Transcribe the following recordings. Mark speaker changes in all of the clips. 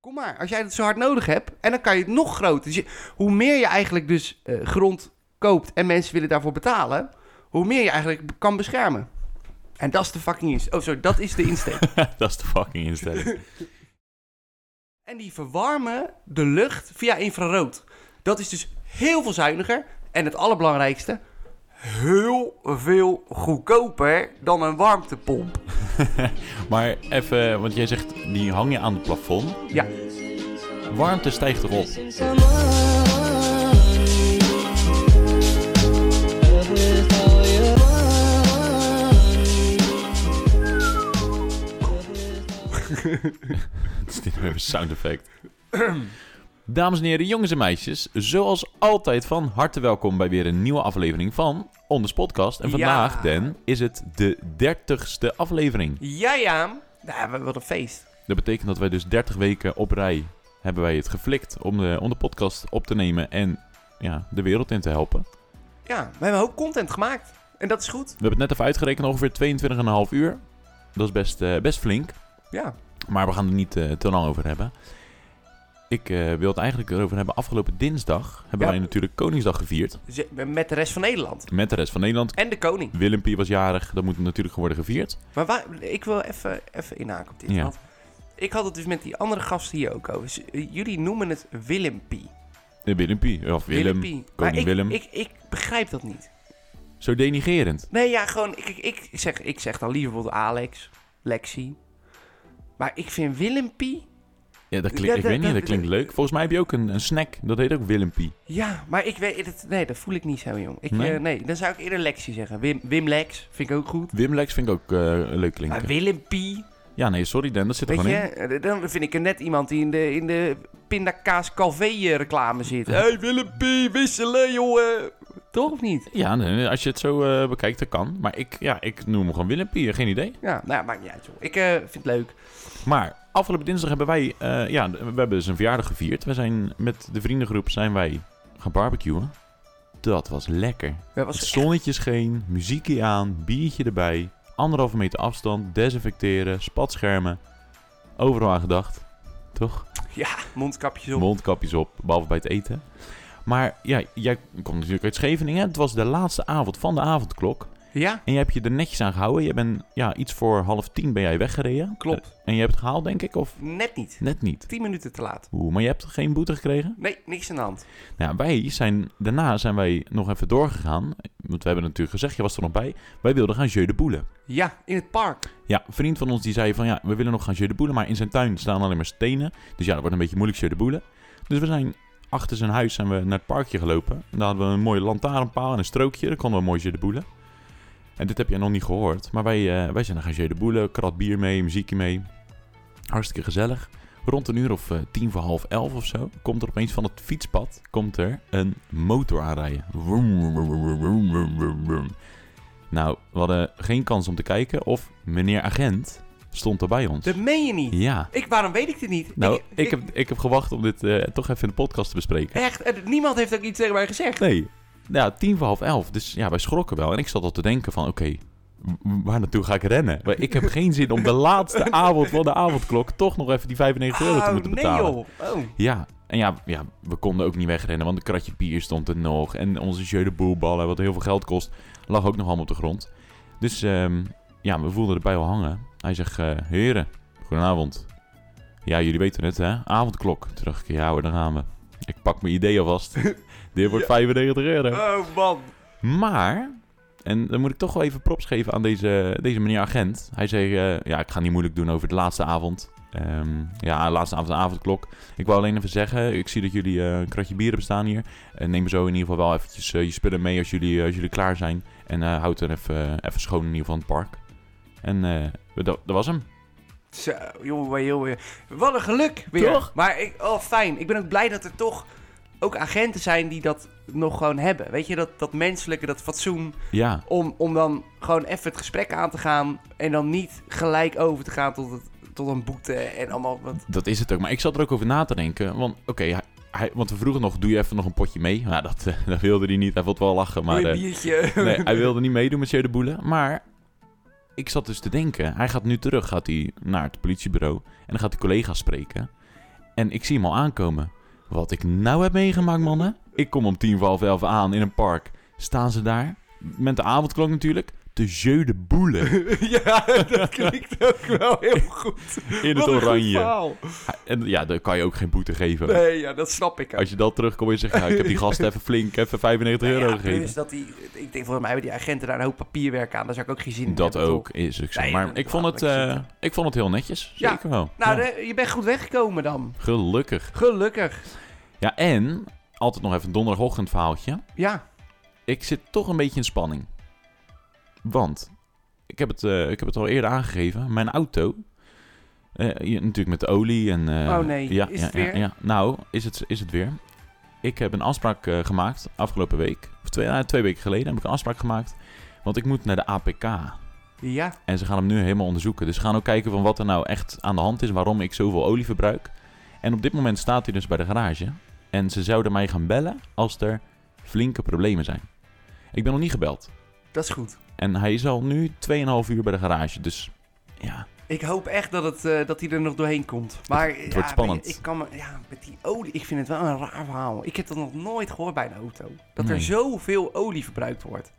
Speaker 1: Kom maar, als jij het zo hard nodig hebt, en dan kan je het nog groter. Dus je- hoe meer je eigenlijk dus eh, grond koopt en mensen willen daarvoor betalen, hoe meer je eigenlijk b- kan beschermen. En dat is de fucking insteek. Oh, sorry, dat is de insteek.
Speaker 2: dat is de fucking instelling.
Speaker 1: en die verwarmen de lucht via infrarood. Dat is dus heel veel zuiniger en het allerbelangrijkste, heel veel goedkoper dan een warmtepomp.
Speaker 2: maar even, want jij zegt, die hang je aan het plafond.
Speaker 1: Ja.
Speaker 2: Warmte stijgt erop. Het is dit nou even een sound effect. Dames en heren, jongens en meisjes, zoals altijd van harte welkom bij weer een nieuwe aflevering van Onders Podcast. En
Speaker 1: Ja.
Speaker 2: vandaag, Den, is het de 30ste aflevering.
Speaker 1: Ja, ja. Nou, we- wat een feest.
Speaker 2: Dat betekent dat wij dus 30 weken op rij hebben wij het geflikt om de, om de podcast op te nemen en ja, de wereld in te helpen.
Speaker 1: Ja, we hebben een hoop content gemaakt. En dat is goed.
Speaker 2: We hebben het net even uitgerekend, ongeveer 22,5 uur. Dat is best, eh, best flink.
Speaker 1: Ja.
Speaker 2: Maar we gaan er niet eh, te lang over hebben. Ik eh, wil het eigenlijk erover hebben. Afgelopen dinsdag hebben
Speaker 1: Ja.
Speaker 2: wij natuurlijk Koningsdag gevierd.
Speaker 1: Ze- Met de rest van Nederland.
Speaker 2: Met de rest van Nederland.
Speaker 1: En de koning.
Speaker 2: Willempie was jarig. Dat moet natuurlijk worden gevierd.
Speaker 1: Maar waar- ik wil even, even inhaken op dit.
Speaker 2: Ja.
Speaker 1: Want ik had het dus met die andere gast hier ook over. Ze- eh, Jullie noemen het Willempie.
Speaker 2: Eh, Willempie. Of Willem.
Speaker 1: Willempie. Maar ik,
Speaker 2: Willem.
Speaker 1: Ik, ik begrijp dat niet.
Speaker 2: Zo denigerend.
Speaker 1: Nee, ja, gewoon... Ik, ik, ik zeg, ik zeg dan liever bijvoorbeeld Alex, Lexi. Maar ik vind Willempie...
Speaker 2: Ja, dat
Speaker 1: Ja,
Speaker 2: klinkt, ik
Speaker 1: dat-
Speaker 2: weet niet.
Speaker 1: dat-
Speaker 2: Dat klinkt leuk. Volgens mij heb je ook een, een snack. Dat heet ook Willempie.
Speaker 1: Ja, maar ik weet... Het, nee, dat voel ik niet zo, jong. Ik, eh,
Speaker 2: Nee?
Speaker 1: nee? dan zou ik eerder Lexi zeggen. Wim, Wim Lex vind ik ook goed.
Speaker 2: Wimlex vind ik ook eh, leuk
Speaker 1: Maar
Speaker 2: klinken.
Speaker 1: Willempie...
Speaker 2: Ja, nee, sorry Dan. Dat zit er
Speaker 1: Weet
Speaker 2: gewoon
Speaker 1: je,
Speaker 2: in.
Speaker 1: eh, dan vind ik er net iemand die in de, in de pindakaas calvé eh, reclame zit. Hé hey, Willem P, wisselen jongen. Toch of niet?
Speaker 2: Ja, nee, nee, als je het zo eh, bekijkt, dat kan. Maar ik, ja, ik noem hem gewoon Willempie. Geen idee.
Speaker 1: Ja, nou ja, maakt niet uit joh. Ik eh, vind het leuk.
Speaker 2: Maar afgelopen dinsdag hebben wij, eh, ja, we hebben dus een verjaardag gevierd. We zijn met de vriendengroep zijn wij gaan barbecuen. Dat was lekker.
Speaker 1: Dat
Speaker 2: Het
Speaker 1: was
Speaker 2: zonnetje scheen, muziekje aan, biertje erbij, anderhalve meter afstand, desinfecteren, spatschermen. Overal aan gedacht, toch?
Speaker 1: Ja, mondkapjes op.
Speaker 2: Mondkapjes op, behalve bij het eten. Maar ja, jij komt natuurlijk uit Scheveningen. Het was de laatste avond van de avondklok.
Speaker 1: ja,
Speaker 2: En jij hebt je er netjes aan gehouden. Je bent ja, iets voor half tien ben jij weggereden.
Speaker 1: klopt.
Speaker 2: En je hebt het gehaald, denk ik, of
Speaker 1: Net niet.
Speaker 2: net niet?
Speaker 1: Tien minuten te laat.
Speaker 2: Oeh, maar je hebt geen boete gekregen?
Speaker 1: Nee, niks aan de hand.
Speaker 2: Nou, wij zijn, daarna zijn wij nog even doorgegaan. Want we hebben natuurlijk gezegd, je was er nog bij. Wij wilden gaan Jeu de Boelen.
Speaker 1: Ja, in het park.
Speaker 2: Ja, een vriend van ons die zei van, ja, we willen nog gaan Jeu de Boelen. Maar in zijn tuin staan alleen maar stenen. Dus ja, dat wordt een beetje moeilijk Jeu de Boelen. Dus we zijn achter zijn huis zijn we naar het parkje gelopen. Daar hadden we een mooie lantaarnpaal en een strookje. Daar konden we mooi Jeu de Boelen. En dit heb jij nog niet gehoord. Maar wij, eh, wij zijn naar gaan Jeu de Boelen. Krat bier mee, muziekje mee. Hartstikke gezellig. Rond een uur of eh, tien voor half elf of zo komt er opeens van het fietspad komt er een motor aanrijden. Woem, woem, woem, woem, woem, woem, woem, woem. Nou, we hadden geen kans om te kijken of meneer agent stond er bij ons.
Speaker 1: Dat meen je niet.
Speaker 2: Ja.
Speaker 1: Ik, waarom weet ik dit niet?
Speaker 2: Nou, ik heb, ik heb gewacht om dit eh, toch even in de podcast te bespreken.
Speaker 1: Echt, eh, niemand heeft ook iets tegen mij gezegd.
Speaker 2: Nee. Ja, tien voor half elf. Dus ja, wij schrokken wel. En ik zat al te denken van, oké, w- waar naartoe ga ik rennen? Maar ik heb geen zin om de laatste avond van de avondklok toch nog even die 95 euro te
Speaker 1: Oh,
Speaker 2: moeten
Speaker 1: nee
Speaker 2: betalen.
Speaker 1: joh. Oh.
Speaker 2: Ja, en ja, ja, we konden ook niet wegrennen, want een kratje bier stond er nog. En onze jeu de boelballen, wat heel veel geld kost, lag ook nog allemaal op de grond. Dus ehm, ja, we voelden erbij wel hangen. Hij zegt, eh, heren, goedenavond. Ja, jullie weten het, hè? Avondklok. Toen dacht ik, ja hoor, daar gaan we. Ik pak mijn idee alvast. Dit wordt 95 euro.
Speaker 1: oh man.
Speaker 2: Maar, en dan moet ik toch wel even props geven aan deze, deze meneer agent. Hij zei, eh, ja, ik ga niet moeilijk doen over de laatste avond. Ehm, ja, de laatste avond, de avondklok. Ik wil alleen even zeggen, ik zie dat jullie eh, een kratje bier hebben staan hier. En neem zo in ieder geval wel eventjes eh, je spullen mee als jullie, als jullie klaar zijn. En eh houd er even, even schoon in ieder geval in het park. En eh, dat, dat was hem.
Speaker 1: Zo, jongen, jongen. Wat een geluk weer.
Speaker 2: Toch?
Speaker 1: Maar ik, oh, fijn. Ik ben ook blij dat er toch ook agenten zijn die dat nog gewoon hebben. Weet je, dat, dat menselijke, dat fatsoen.
Speaker 2: Ja,
Speaker 1: Om, om dan gewoon even het gesprek aan te gaan. En dan niet gelijk over te gaan tot, het, tot een boete en allemaal. Want,
Speaker 2: dat is het ook. Maar ik zat er ook over na te denken. Want oké, hij- hij- want we vroegen nog, doe je even nog een potje mee? Nou, dat, eh, dat wilde hij niet. Hij vond wel lachen, maar...
Speaker 1: Doe
Speaker 2: eh,
Speaker 1: een biertje.
Speaker 2: Nee, hij wilde niet meedoen met Jeu de Boelen. Maar ik zat dus te denken, hij gaat nu terug gaat hij naar het politiebureau. En dan gaat hij collega's spreken. En ik zie hem al aankomen. Wat ik nou heb meegemaakt, mannen. Ik kom om tien voor half elf aan in een park. Staan ze daar, met de avondklok natuurlijk, te jeu de boelen
Speaker 1: ja, dat klinkt ook wel heel goed.
Speaker 2: in het
Speaker 1: Wat een goed
Speaker 2: oranje.
Speaker 1: verhaal.
Speaker 2: En ja, daar kan je ook geen boete geven.
Speaker 1: Nee, ja, dat snap ik. ook.
Speaker 2: Als je dat terugkomt en zegt, ja, ik heb die gast even flink, even 95
Speaker 1: Nou
Speaker 2: euro
Speaker 1: ja,
Speaker 2: gegeven.
Speaker 1: plus dat die, ik denk volgens mij hebben die agenten daar een hoop papierwerk aan. Daar zou ik ook geen zin in
Speaker 2: Dat
Speaker 1: hebben,
Speaker 2: ook
Speaker 1: toch?
Speaker 2: is ook zo.
Speaker 1: Nee,
Speaker 2: maar
Speaker 1: dat
Speaker 2: ik vond,
Speaker 1: laat
Speaker 2: het,
Speaker 1: ik
Speaker 2: eh,
Speaker 1: zitten.
Speaker 2: ik vond het heel netjes.
Speaker 1: Ja.
Speaker 2: Zeker wel.
Speaker 1: Nou,
Speaker 2: Ja.
Speaker 1: de- je bent goed weggekomen dan.
Speaker 2: Gelukkig.
Speaker 1: Gelukkig.
Speaker 2: Ja, en altijd nog even een donderdagochtend verhaaltje.
Speaker 1: Ja.
Speaker 2: Ik zit toch een beetje in spanning. Want ik heb het, eh, ik heb het al eerder aangegeven. Mijn auto. eh, hier natuurlijk met de olie en. eh,
Speaker 1: Oh nee,
Speaker 2: ja,
Speaker 1: is
Speaker 2: ja,
Speaker 1: het
Speaker 2: ja,
Speaker 1: weer?
Speaker 2: ja. Nou, is het, is het weer. Ik heb een afspraak eh, gemaakt afgelopen week. Of twee, eh, twee weken geleden heb ik een afspraak gemaakt. Want ik moet naar de APK.
Speaker 1: Ja.
Speaker 2: En ze gaan hem nu helemaal onderzoeken. Dus ze gaan ook kijken van wat er nou echt aan de hand is, waarom ik zoveel olie verbruik. En op dit moment staat hij dus bij de garage. En ze zouden mij gaan bellen als er flinke problemen zijn. Ik ben nog niet gebeld.
Speaker 1: Dat is goed.
Speaker 2: En hij is al nu 2,5 uur bij de garage. Dus ja,
Speaker 1: Ik hoop echt dat, het, eh, dat hij er nog doorheen komt. Maar het
Speaker 2: wordt spannend.
Speaker 1: Ik kan me, ja, met die olie, ik vind het wel een raar verhaal. Ik heb dat nog nooit gehoord bij een auto. Dat
Speaker 2: Nee.
Speaker 1: er zoveel olie verbruikt wordt.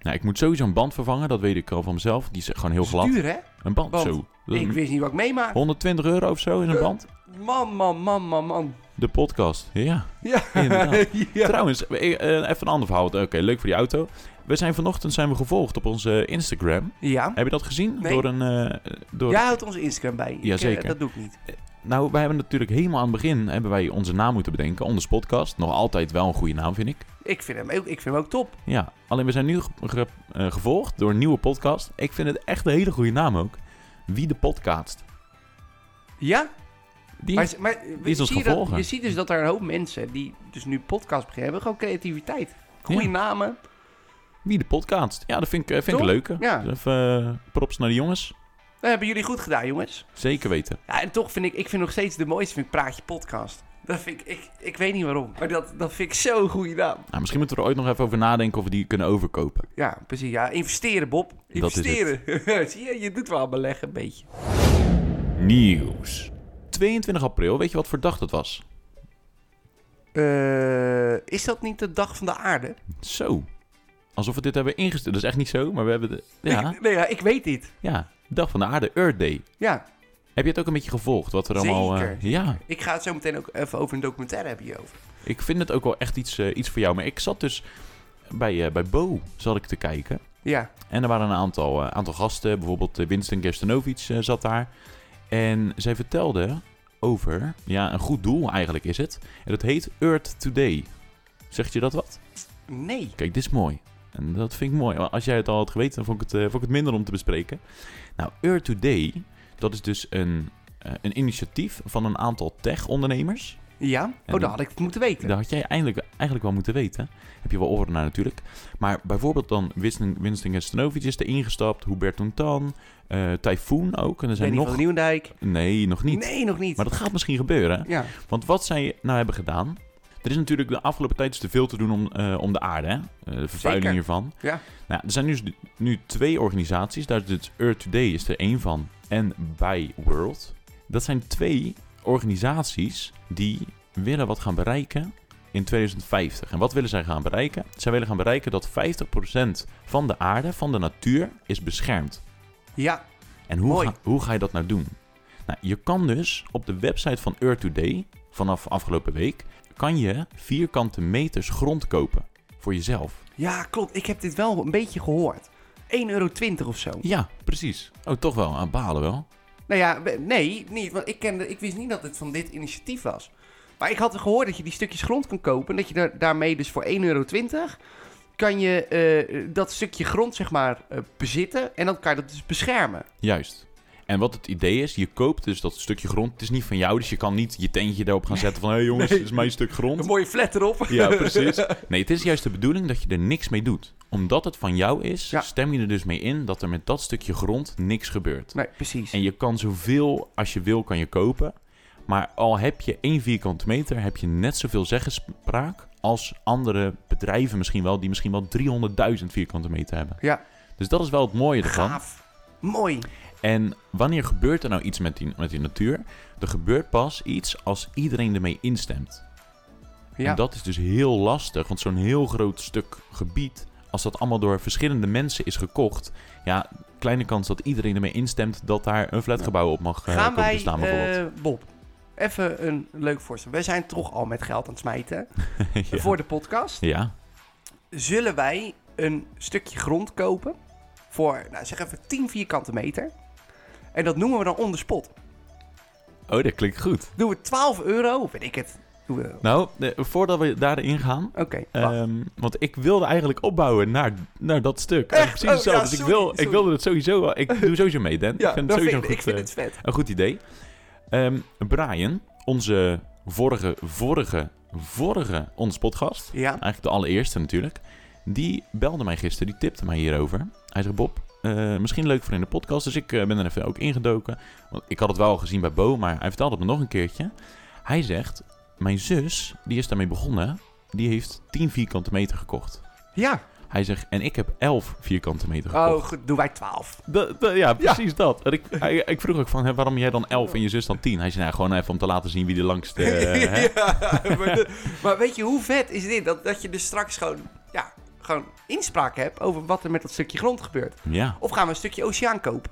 Speaker 2: nou, ik moet sowieso een band vervangen. Dat weet ik al van mezelf. Die is gewoon heel
Speaker 1: Dat is
Speaker 2: glad.
Speaker 1: duur, hè?
Speaker 2: Een band,
Speaker 1: Band.
Speaker 2: zo. Dat is
Speaker 1: Ik wist niet wat ik meemaak.
Speaker 2: 120 euro of zo is een band.
Speaker 1: Man, man, man, man, man.
Speaker 2: De podcast. Ja.
Speaker 1: Ja.
Speaker 2: Inderdaad.
Speaker 1: ja.
Speaker 2: Trouwens, eh, eh, even een ander verhaal. Oké, leuk voor die auto. We zijn vanochtend zijn we gevolgd op onze Instagram.
Speaker 1: ja.
Speaker 2: Heb je dat gezien?
Speaker 1: Nee.
Speaker 2: Door een. eh, door...
Speaker 1: Jij houdt onze Instagram bij. Ik, eh,
Speaker 2: Jazeker.
Speaker 1: dat doe ik niet.
Speaker 2: Nou, wij hebben natuurlijk helemaal aan het begin hebben wij onze naam moeten bedenken. Onders podcast. Nog altijd wel een goede naam, vind ik.
Speaker 1: Ik vind hem ook, ik vind hem ook top.
Speaker 2: Ja, alleen we zijn nu ge- ge- eh, gevolgd door een nieuwe podcast. Ik vind het echt een hele goede naam ook. Wie de podcast.
Speaker 1: Ja?
Speaker 2: Die...
Speaker 1: Maar, maar
Speaker 2: is ons
Speaker 1: zie je dat-
Speaker 2: gevolgen.
Speaker 1: je ziet dus dat er een hoop mensen die dus nu podcast beginnen, hebben gewoon creativiteit. Goede
Speaker 2: Ja.
Speaker 1: namen.
Speaker 2: Wie de podcast. Ja, dat vind ik, eh, vind ik
Speaker 1: Toch?
Speaker 2: leuk. hè.
Speaker 1: Ja.
Speaker 2: Dus Even eh, props naar de jongens.
Speaker 1: Dat hebben jullie goed gedaan, jongens.
Speaker 2: Zeker weten.
Speaker 1: Ja, en toch vind ik, ik vind nog steeds de mooiste vind ik Praatje Podcast. Dat vind ik, ik, ik weet niet waarom, maar dat, dat vind ik zo'n goede naam.
Speaker 2: Nou, misschien moeten we er ooit nog even over nadenken of we die kunnen overkopen.
Speaker 1: Ja, precies. Ja, investeren, Bob.
Speaker 2: is
Speaker 1: Investeren. Zie je, je doet wel aan beleggen, een beetje.
Speaker 2: Nieuws. 22 april, weet je wat voor dag dat was?
Speaker 1: Eh, is dat niet de dag van de aarde?
Speaker 2: Zo. Alsof we dit hebben ingestuurd. Dat is echt niet zo, maar we hebben de... Ja.
Speaker 1: Ik, nee, ja, ik weet dit.
Speaker 2: Ja, dag van de aarde, Earth Day.
Speaker 1: Ja,
Speaker 2: Heb je het ook een beetje gevolgd? Wat er allemaal. eh,
Speaker 1: Zeker.
Speaker 2: ja,
Speaker 1: ik ga het zo meteen ook even over een documentaire hebben hierover.
Speaker 2: ik vind het ook wel echt iets, eh, iets voor jou. Maar ik zat dus bij, eh, bij Bo zat ik te kijken.
Speaker 1: Ja,
Speaker 2: En er waren een aantal, eh, aantal gasten. Bijvoorbeeld eh, Winston Gerstanovic eh, zat daar. En zij vertelde over ja, een goed doel eigenlijk is het. En dat heet Earth Today. Zegt je dat wat?
Speaker 1: nee.
Speaker 2: Kijk, dit is mooi. En dat vind ik mooi. Maar Als jij het al had geweten, dan vond ik het, eh, vond ik het minder om te bespreken. Nou, Earth Today, dat is dus een, eh, een initiatief van een aantal tech-ondernemers.
Speaker 1: Ja?
Speaker 2: En-
Speaker 1: Oh, dat had ik het moeten weten.
Speaker 2: Dat had jij eindelijk, eigenlijk wel moeten weten. Heb je wel oren naar natuurlijk. Maar bijvoorbeeld dan Winston, Winston Gastanovic is er ingestapt. Hubert Tontan. eh Typhoon ook. En er zijn
Speaker 1: Benny
Speaker 2: nog...
Speaker 1: van Nieuwendijk.
Speaker 2: Nee, nog niet.
Speaker 1: Nee, nog niet.
Speaker 2: Maar dat gaat misschien gebeuren. hè?
Speaker 1: Ja,
Speaker 2: Want wat zij nou hebben gedaan. Er is natuurlijk de afgelopen tijd is te veel te doen om, eh, om de aarde. Hè? Eh, de vervuiling
Speaker 1: Zeker.
Speaker 2: hiervan.
Speaker 1: Ja.
Speaker 2: Nou, er zijn nu, nu twee organisaties. Daar is dus Earth Today is er één van. En By World. Dat zijn twee organisaties die willen wat gaan bereiken in 2050. En wat willen zij gaan bereiken? Zij willen gaan bereiken dat 50% van de aarde, van de natuur, is beschermd.
Speaker 1: ja.
Speaker 2: En hoe
Speaker 1: Mooi.
Speaker 2: ga, hoe ga je dat nou doen? Nou, je kan dus op de website van Earth Today, vanaf afgelopen week, kan je vierkante meters grond kopen. Voor jezelf.
Speaker 1: ja klopt. Ik heb dit wel een beetje gehoord. 1,20 euro of zo.
Speaker 2: Ja, precies. Oh, toch wel. Aan balen wel.
Speaker 1: Nou ja, we- nee, niet. Want ik, kende, ik wist niet dat het van dit initiatief was. Maar ik had gehoord dat je die stukjes grond kan kopen. En dat je daar, daarmee dus voor 1,20 euro kan je eh, dat stukje grond, zeg maar, eh, bezitten. En dan kan je dat dus beschermen.
Speaker 2: Juist. En wat het idee is, je koopt dus dat stukje grond. Het is niet van jou, dus je kan niet je tentje daarop gaan zetten van... Hé hey jongens, dit is mijn stuk grond.
Speaker 1: mooie flat erop.
Speaker 2: Ja, precies. Nee, het is juist de bedoeling dat je er niks mee doet. Omdat het van jou is,
Speaker 1: Ja.
Speaker 2: stem je er dus mee in dat er met dat stukje grond niks gebeurt.
Speaker 1: Nee, precies.
Speaker 2: En je kan zoveel als je wil, kan je kopen. Maar al heb je één vierkante meter, heb je net zoveel zeggenspraak als andere bedrijven misschien wel, die misschien wel 300.000 vierkante meter hebben.
Speaker 1: Ja.
Speaker 2: Dus dat is wel het mooie ervan.
Speaker 1: Gaaf. Mooi.
Speaker 2: En wanneer gebeurt er nou iets met die, met die natuur? Er gebeurt pas iets als iedereen ermee instemt.
Speaker 1: Ja.
Speaker 2: En dat is dus heel lastig, want zo'n heel groot stuk gebied, als dat allemaal door verschillende mensen is gekocht, ja, kleine kans dat iedereen ermee instemt dat daar een flatgebouw op mag eh,
Speaker 1: Gaan
Speaker 2: komen te
Speaker 1: wij,
Speaker 2: staan bijvoorbeeld.
Speaker 1: eh, Bob, even een leuk voorstel. Wij zijn toch al met geld aan het smijten eh,
Speaker 2: ja.
Speaker 1: voor de podcast.
Speaker 2: ja,
Speaker 1: Zullen wij een stukje grond kopen voor, nou, zeg even 10 vierkante meter. En dat noemen we dan on the spot.
Speaker 2: oh, dat klinkt goed.
Speaker 1: Doen we 12 euro, weet ik het. Doen we...
Speaker 2: Nou, eh, voordat we daarin gaan,
Speaker 1: Oké, wacht.
Speaker 2: Ehm, want ik wilde eigenlijk opbouwen naar, naar dat stuk.
Speaker 1: Echt?
Speaker 2: Precies hetzelfde.
Speaker 1: Oh, ja,
Speaker 2: dus ik,
Speaker 1: sorry,
Speaker 2: wil, ik
Speaker 1: sorry.
Speaker 2: wilde het sowieso wel. Ik doe sowieso mee, Dan.
Speaker 1: ja,
Speaker 2: ik vind
Speaker 1: dat
Speaker 2: het sowieso
Speaker 1: vind ik-
Speaker 2: een,
Speaker 1: ik
Speaker 2: goed,
Speaker 1: vind
Speaker 2: eh,
Speaker 1: het vet.
Speaker 2: een goed idee. Ehm, Brian, onze vorige, vorige, vorige onspotgast.
Speaker 1: Ja,
Speaker 2: Eigenlijk de allereerste natuurlijk. Die belde mij gisteren, die tipte mij hierover. Hij zegt, Bob, eh, misschien leuk voor in de podcast. Dus ik eh, ben er even ook ingedoken. Want ik had het wel al gezien bij Bo, maar hij vertelde het me nog een keertje. Hij zegt, mijn zus, die is daarmee begonnen, die heeft 10 vierkante meter gekocht.
Speaker 1: ja.
Speaker 2: Hij zegt, en ik heb 11 vierkante meter
Speaker 1: Oh,
Speaker 2: gekocht.
Speaker 1: goed, doen wij 12.
Speaker 2: Dat- dat- ja, precies dat. En ik, hij- ik vroeg ook van, hè, waarom jij dan 11 en je zus dan 10? Hij zei, nou, gewoon even om te laten zien wie de langste... eh, hè.
Speaker 1: ja, maar, de- maar weet je hoe vet is dit? Dat, dat je dus straks gewoon, ja, gewoon inspraak hebt over wat er met dat stukje grond gebeurt.
Speaker 2: Ja.
Speaker 1: Of gaan we een stukje oceaan kopen?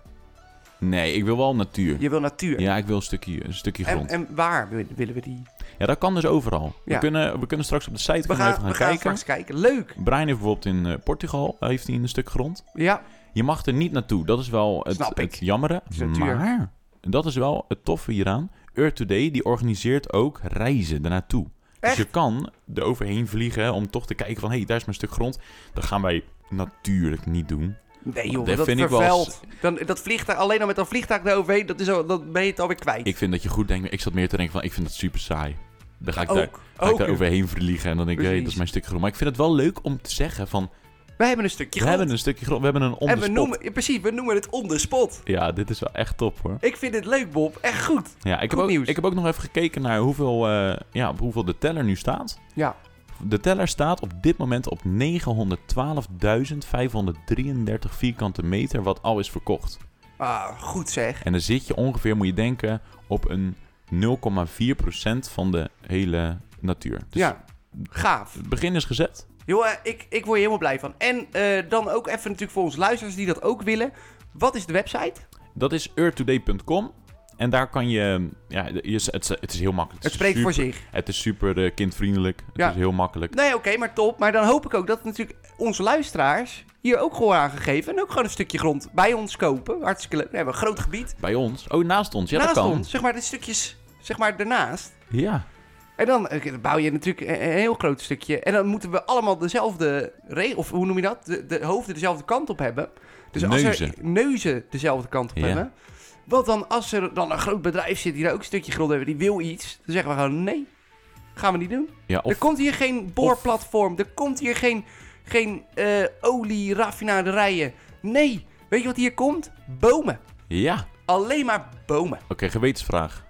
Speaker 2: Nee, ik wil wel natuur.
Speaker 1: Je wil natuur.
Speaker 2: Ja, ik wil een stukje, een stukje grond.
Speaker 1: en, en waar wil- willen we die?
Speaker 2: Ja, dat kan dus overal. We,
Speaker 1: Ja.
Speaker 2: kunnen, we kunnen straks op de site
Speaker 1: We
Speaker 2: kunnen
Speaker 1: gaan,
Speaker 2: even
Speaker 1: we
Speaker 2: gaan
Speaker 1: gaan
Speaker 2: kijken.
Speaker 1: straks kijken. Leuk.
Speaker 2: Brian heeft bijvoorbeeld in eh, Portugal eh, heeft hij een stuk grond.
Speaker 1: Ja,
Speaker 2: Je mag er niet naartoe. Dat is wel het,
Speaker 1: Snap ik. Dus
Speaker 2: het jammere.
Speaker 1: is natuur.
Speaker 2: maar dat is wel het toffe hieraan. Earth Today die organiseert ook reizen daarnaartoe.
Speaker 1: Echt?
Speaker 2: Dus je kan er overheen vliegen om toch te kijken van... hé, hey, daar is mijn stuk grond. Dat gaan wij natuurlijk niet doen.
Speaker 1: nee joh,
Speaker 2: Dat
Speaker 1: dat,
Speaker 2: vind ik wel
Speaker 1: vervuilt. Dan, dat vliegtuig, alleen al met dat vliegtuig eroverheen, dat, is al, dat ben je het alweer kwijt.
Speaker 2: Ik vind dat je goed denkt... ik zat meer te denken van... ik vind dat super saai. Dan ga ik, daar,
Speaker 1: ook,
Speaker 2: ga ik
Speaker 1: ook.
Speaker 2: daar overheen vliegen en dan denk ik... hé, dat is
Speaker 1: Precies.
Speaker 2: mijn stuk grond. Maar ik vind het wel leuk om te zeggen van...
Speaker 1: We hebben een stukje
Speaker 2: We
Speaker 1: grond.
Speaker 2: hebben een stukje grond, we hebben een on
Speaker 1: en
Speaker 2: the
Speaker 1: we
Speaker 2: spot.
Speaker 1: noemen, ja, precies, we noemen het on the spot.
Speaker 2: Ja, dit is wel echt top hoor.
Speaker 1: Ik vind dit leuk, Bob. Echt goed.
Speaker 2: Ja, ik,
Speaker 1: Goed
Speaker 2: heb ook,
Speaker 1: nieuws.
Speaker 2: ik heb ook nog even gekeken naar hoeveel, eh, ja, op hoeveel de teller nu staat.
Speaker 1: Ja.
Speaker 2: De teller staat op dit moment op 912.533 vierkante meter, wat al is verkocht.
Speaker 1: Ah, goed zeg.
Speaker 2: En dan zit je ongeveer, moet je denken, op een 0,4% van de hele natuur. Dus
Speaker 1: ja, gaaf.
Speaker 2: het begin is gezet.
Speaker 1: Jongen, ik, ik word hier helemaal blij van. En eh, dan ook even natuurlijk voor onze luisteraars die dat ook willen. Wat is de website?
Speaker 2: Dat is earthtoday.com. En daar kan je, ja, je- het, het is heel makkelijk.
Speaker 1: Het spreekt voor
Speaker 2: super-
Speaker 1: zich.
Speaker 2: Het is super eh, kindvriendelijk. Het
Speaker 1: Ja.
Speaker 2: is heel makkelijk.
Speaker 1: Nee, oké, maar top. Maar dan hoop ik ook dat natuurlijk onze luisteraars hier ook gehoor aan gegeven. En ook gewoon een stukje grond bij ons kopen. Hartstikke leuk. We hebben een groot gebied.
Speaker 2: Bij ons. Oh, naast ons. Ja,
Speaker 1: naast
Speaker 2: dat kan.
Speaker 1: ons, zeg maar, de stukjes, zeg maar, daarnaast.
Speaker 2: Ja.
Speaker 1: En dan eh, bouw je natuurlijk een een heel groot stukje. En dan moeten we allemaal dezelfde regel, of hoe noem je dat? De, de hoofden dezelfde kant op hebben. Dus als er
Speaker 2: Neuzen.
Speaker 1: neuzen dezelfde kant op
Speaker 2: Ja.
Speaker 1: hebben. Want dan als er dan een groot bedrijf zit die daar ook een stukje grond hebben, die wil iets. Dan zeggen we gewoon nee, gaan we niet doen.
Speaker 2: Ja,
Speaker 1: er
Speaker 2: of,
Speaker 1: komt hier geen boorplatform, er komt hier geen, geen eh olieraffinaderijen. Nee, weet je wat hier komt? Bomen.
Speaker 2: ja. Oké,
Speaker 1: Alleen maar bomen.
Speaker 2: gewetensvraag.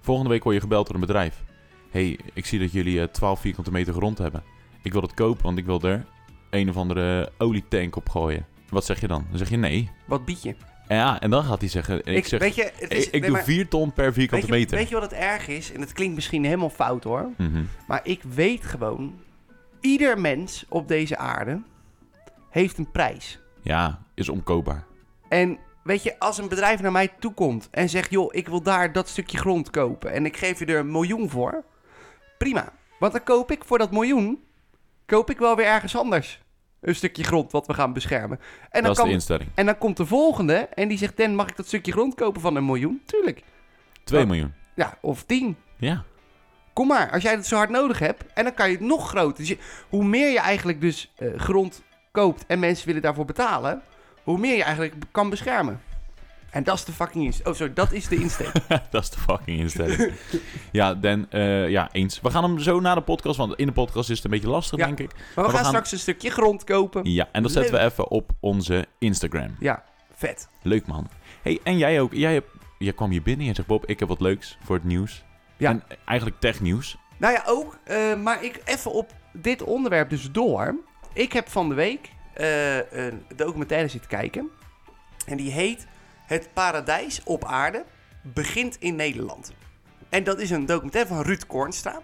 Speaker 2: Volgende week word je gebeld door een bedrijf. hey, ik zie dat jullie eh, 12 vierkante meter grond hebben. Ik wil het kopen, want ik wil er een of andere eh, olietank op gooien. Wat zeg je dan? Dan zeg je nee.
Speaker 1: Wat bied je?
Speaker 2: En ja, en dan gaat hij zeggen... Ik, zeg, "Eh,
Speaker 1: weet je, het is,
Speaker 2: ik, ik
Speaker 1: nee,
Speaker 2: doe
Speaker 1: maar-
Speaker 2: 4 ton per vierkante
Speaker 1: weet je,
Speaker 2: meter.
Speaker 1: Weet je wat het erg is? En het klinkt misschien helemaal fout hoor.
Speaker 2: Mhm.
Speaker 1: Maar ik weet gewoon, ieder mens op deze aarde heeft een prijs.
Speaker 2: Ja, is omkoopbaar.
Speaker 1: En weet je, als een bedrijf naar mij toe komt en zegt: joh, ik wil daar dat stukje grond kopen en ik geef je er een miljoen voor, prima. Want dan koop ik voor dat miljoen, koop ik wel weer ergens anders een stukje grond wat we gaan beschermen. En
Speaker 2: dat
Speaker 1: dan,
Speaker 2: is
Speaker 1: kan,
Speaker 2: de instelling.
Speaker 1: en dan komt de volgende en die zegt: Den, mag ik dat stukje grond kopen van een miljoen? Tuurlijk.
Speaker 2: 2
Speaker 1: Oh.
Speaker 2: miljoen.
Speaker 1: Ja, of tien.
Speaker 2: Ja.
Speaker 1: Kom maar, als jij het zo hard nodig hebt. En dan kan je het nog groter. Dus je- hoe meer je eigenlijk dus eh, grond koopt en mensen willen daarvoor betalen, hoe meer je eigenlijk b- kan beschermen. En dat is de fucking insteek. Oh, sorry, dat is de insteek.
Speaker 2: Dat is de fucking instelling. ja, Dan, eh, ja, eens. We gaan hem zo na de podcast, want in de podcast is het een beetje lastig,
Speaker 1: Ja.
Speaker 2: denk ik.
Speaker 1: Maar we gaan
Speaker 2: gaan-
Speaker 1: straks een stukje grond kopen.
Speaker 2: Ja, en dat zetten we even op onze Instagram.
Speaker 1: Ja, vet.
Speaker 2: Leuk man. hey, en jij ook. Jij, hebt, jij kwam hier binnen en je zegt, Bob, ik heb wat leuks voor het nieuws.
Speaker 1: Ja.
Speaker 2: En eigenlijk technieuws.
Speaker 1: Nou ja, ook. eh, maar ik even op dit onderwerp dus door. Ik heb van de week eh, een documentaire zitten kijken. En die heet Het paradijs op aarde begint in Nederland. En dat is een documentaire van Ruud Kornstra.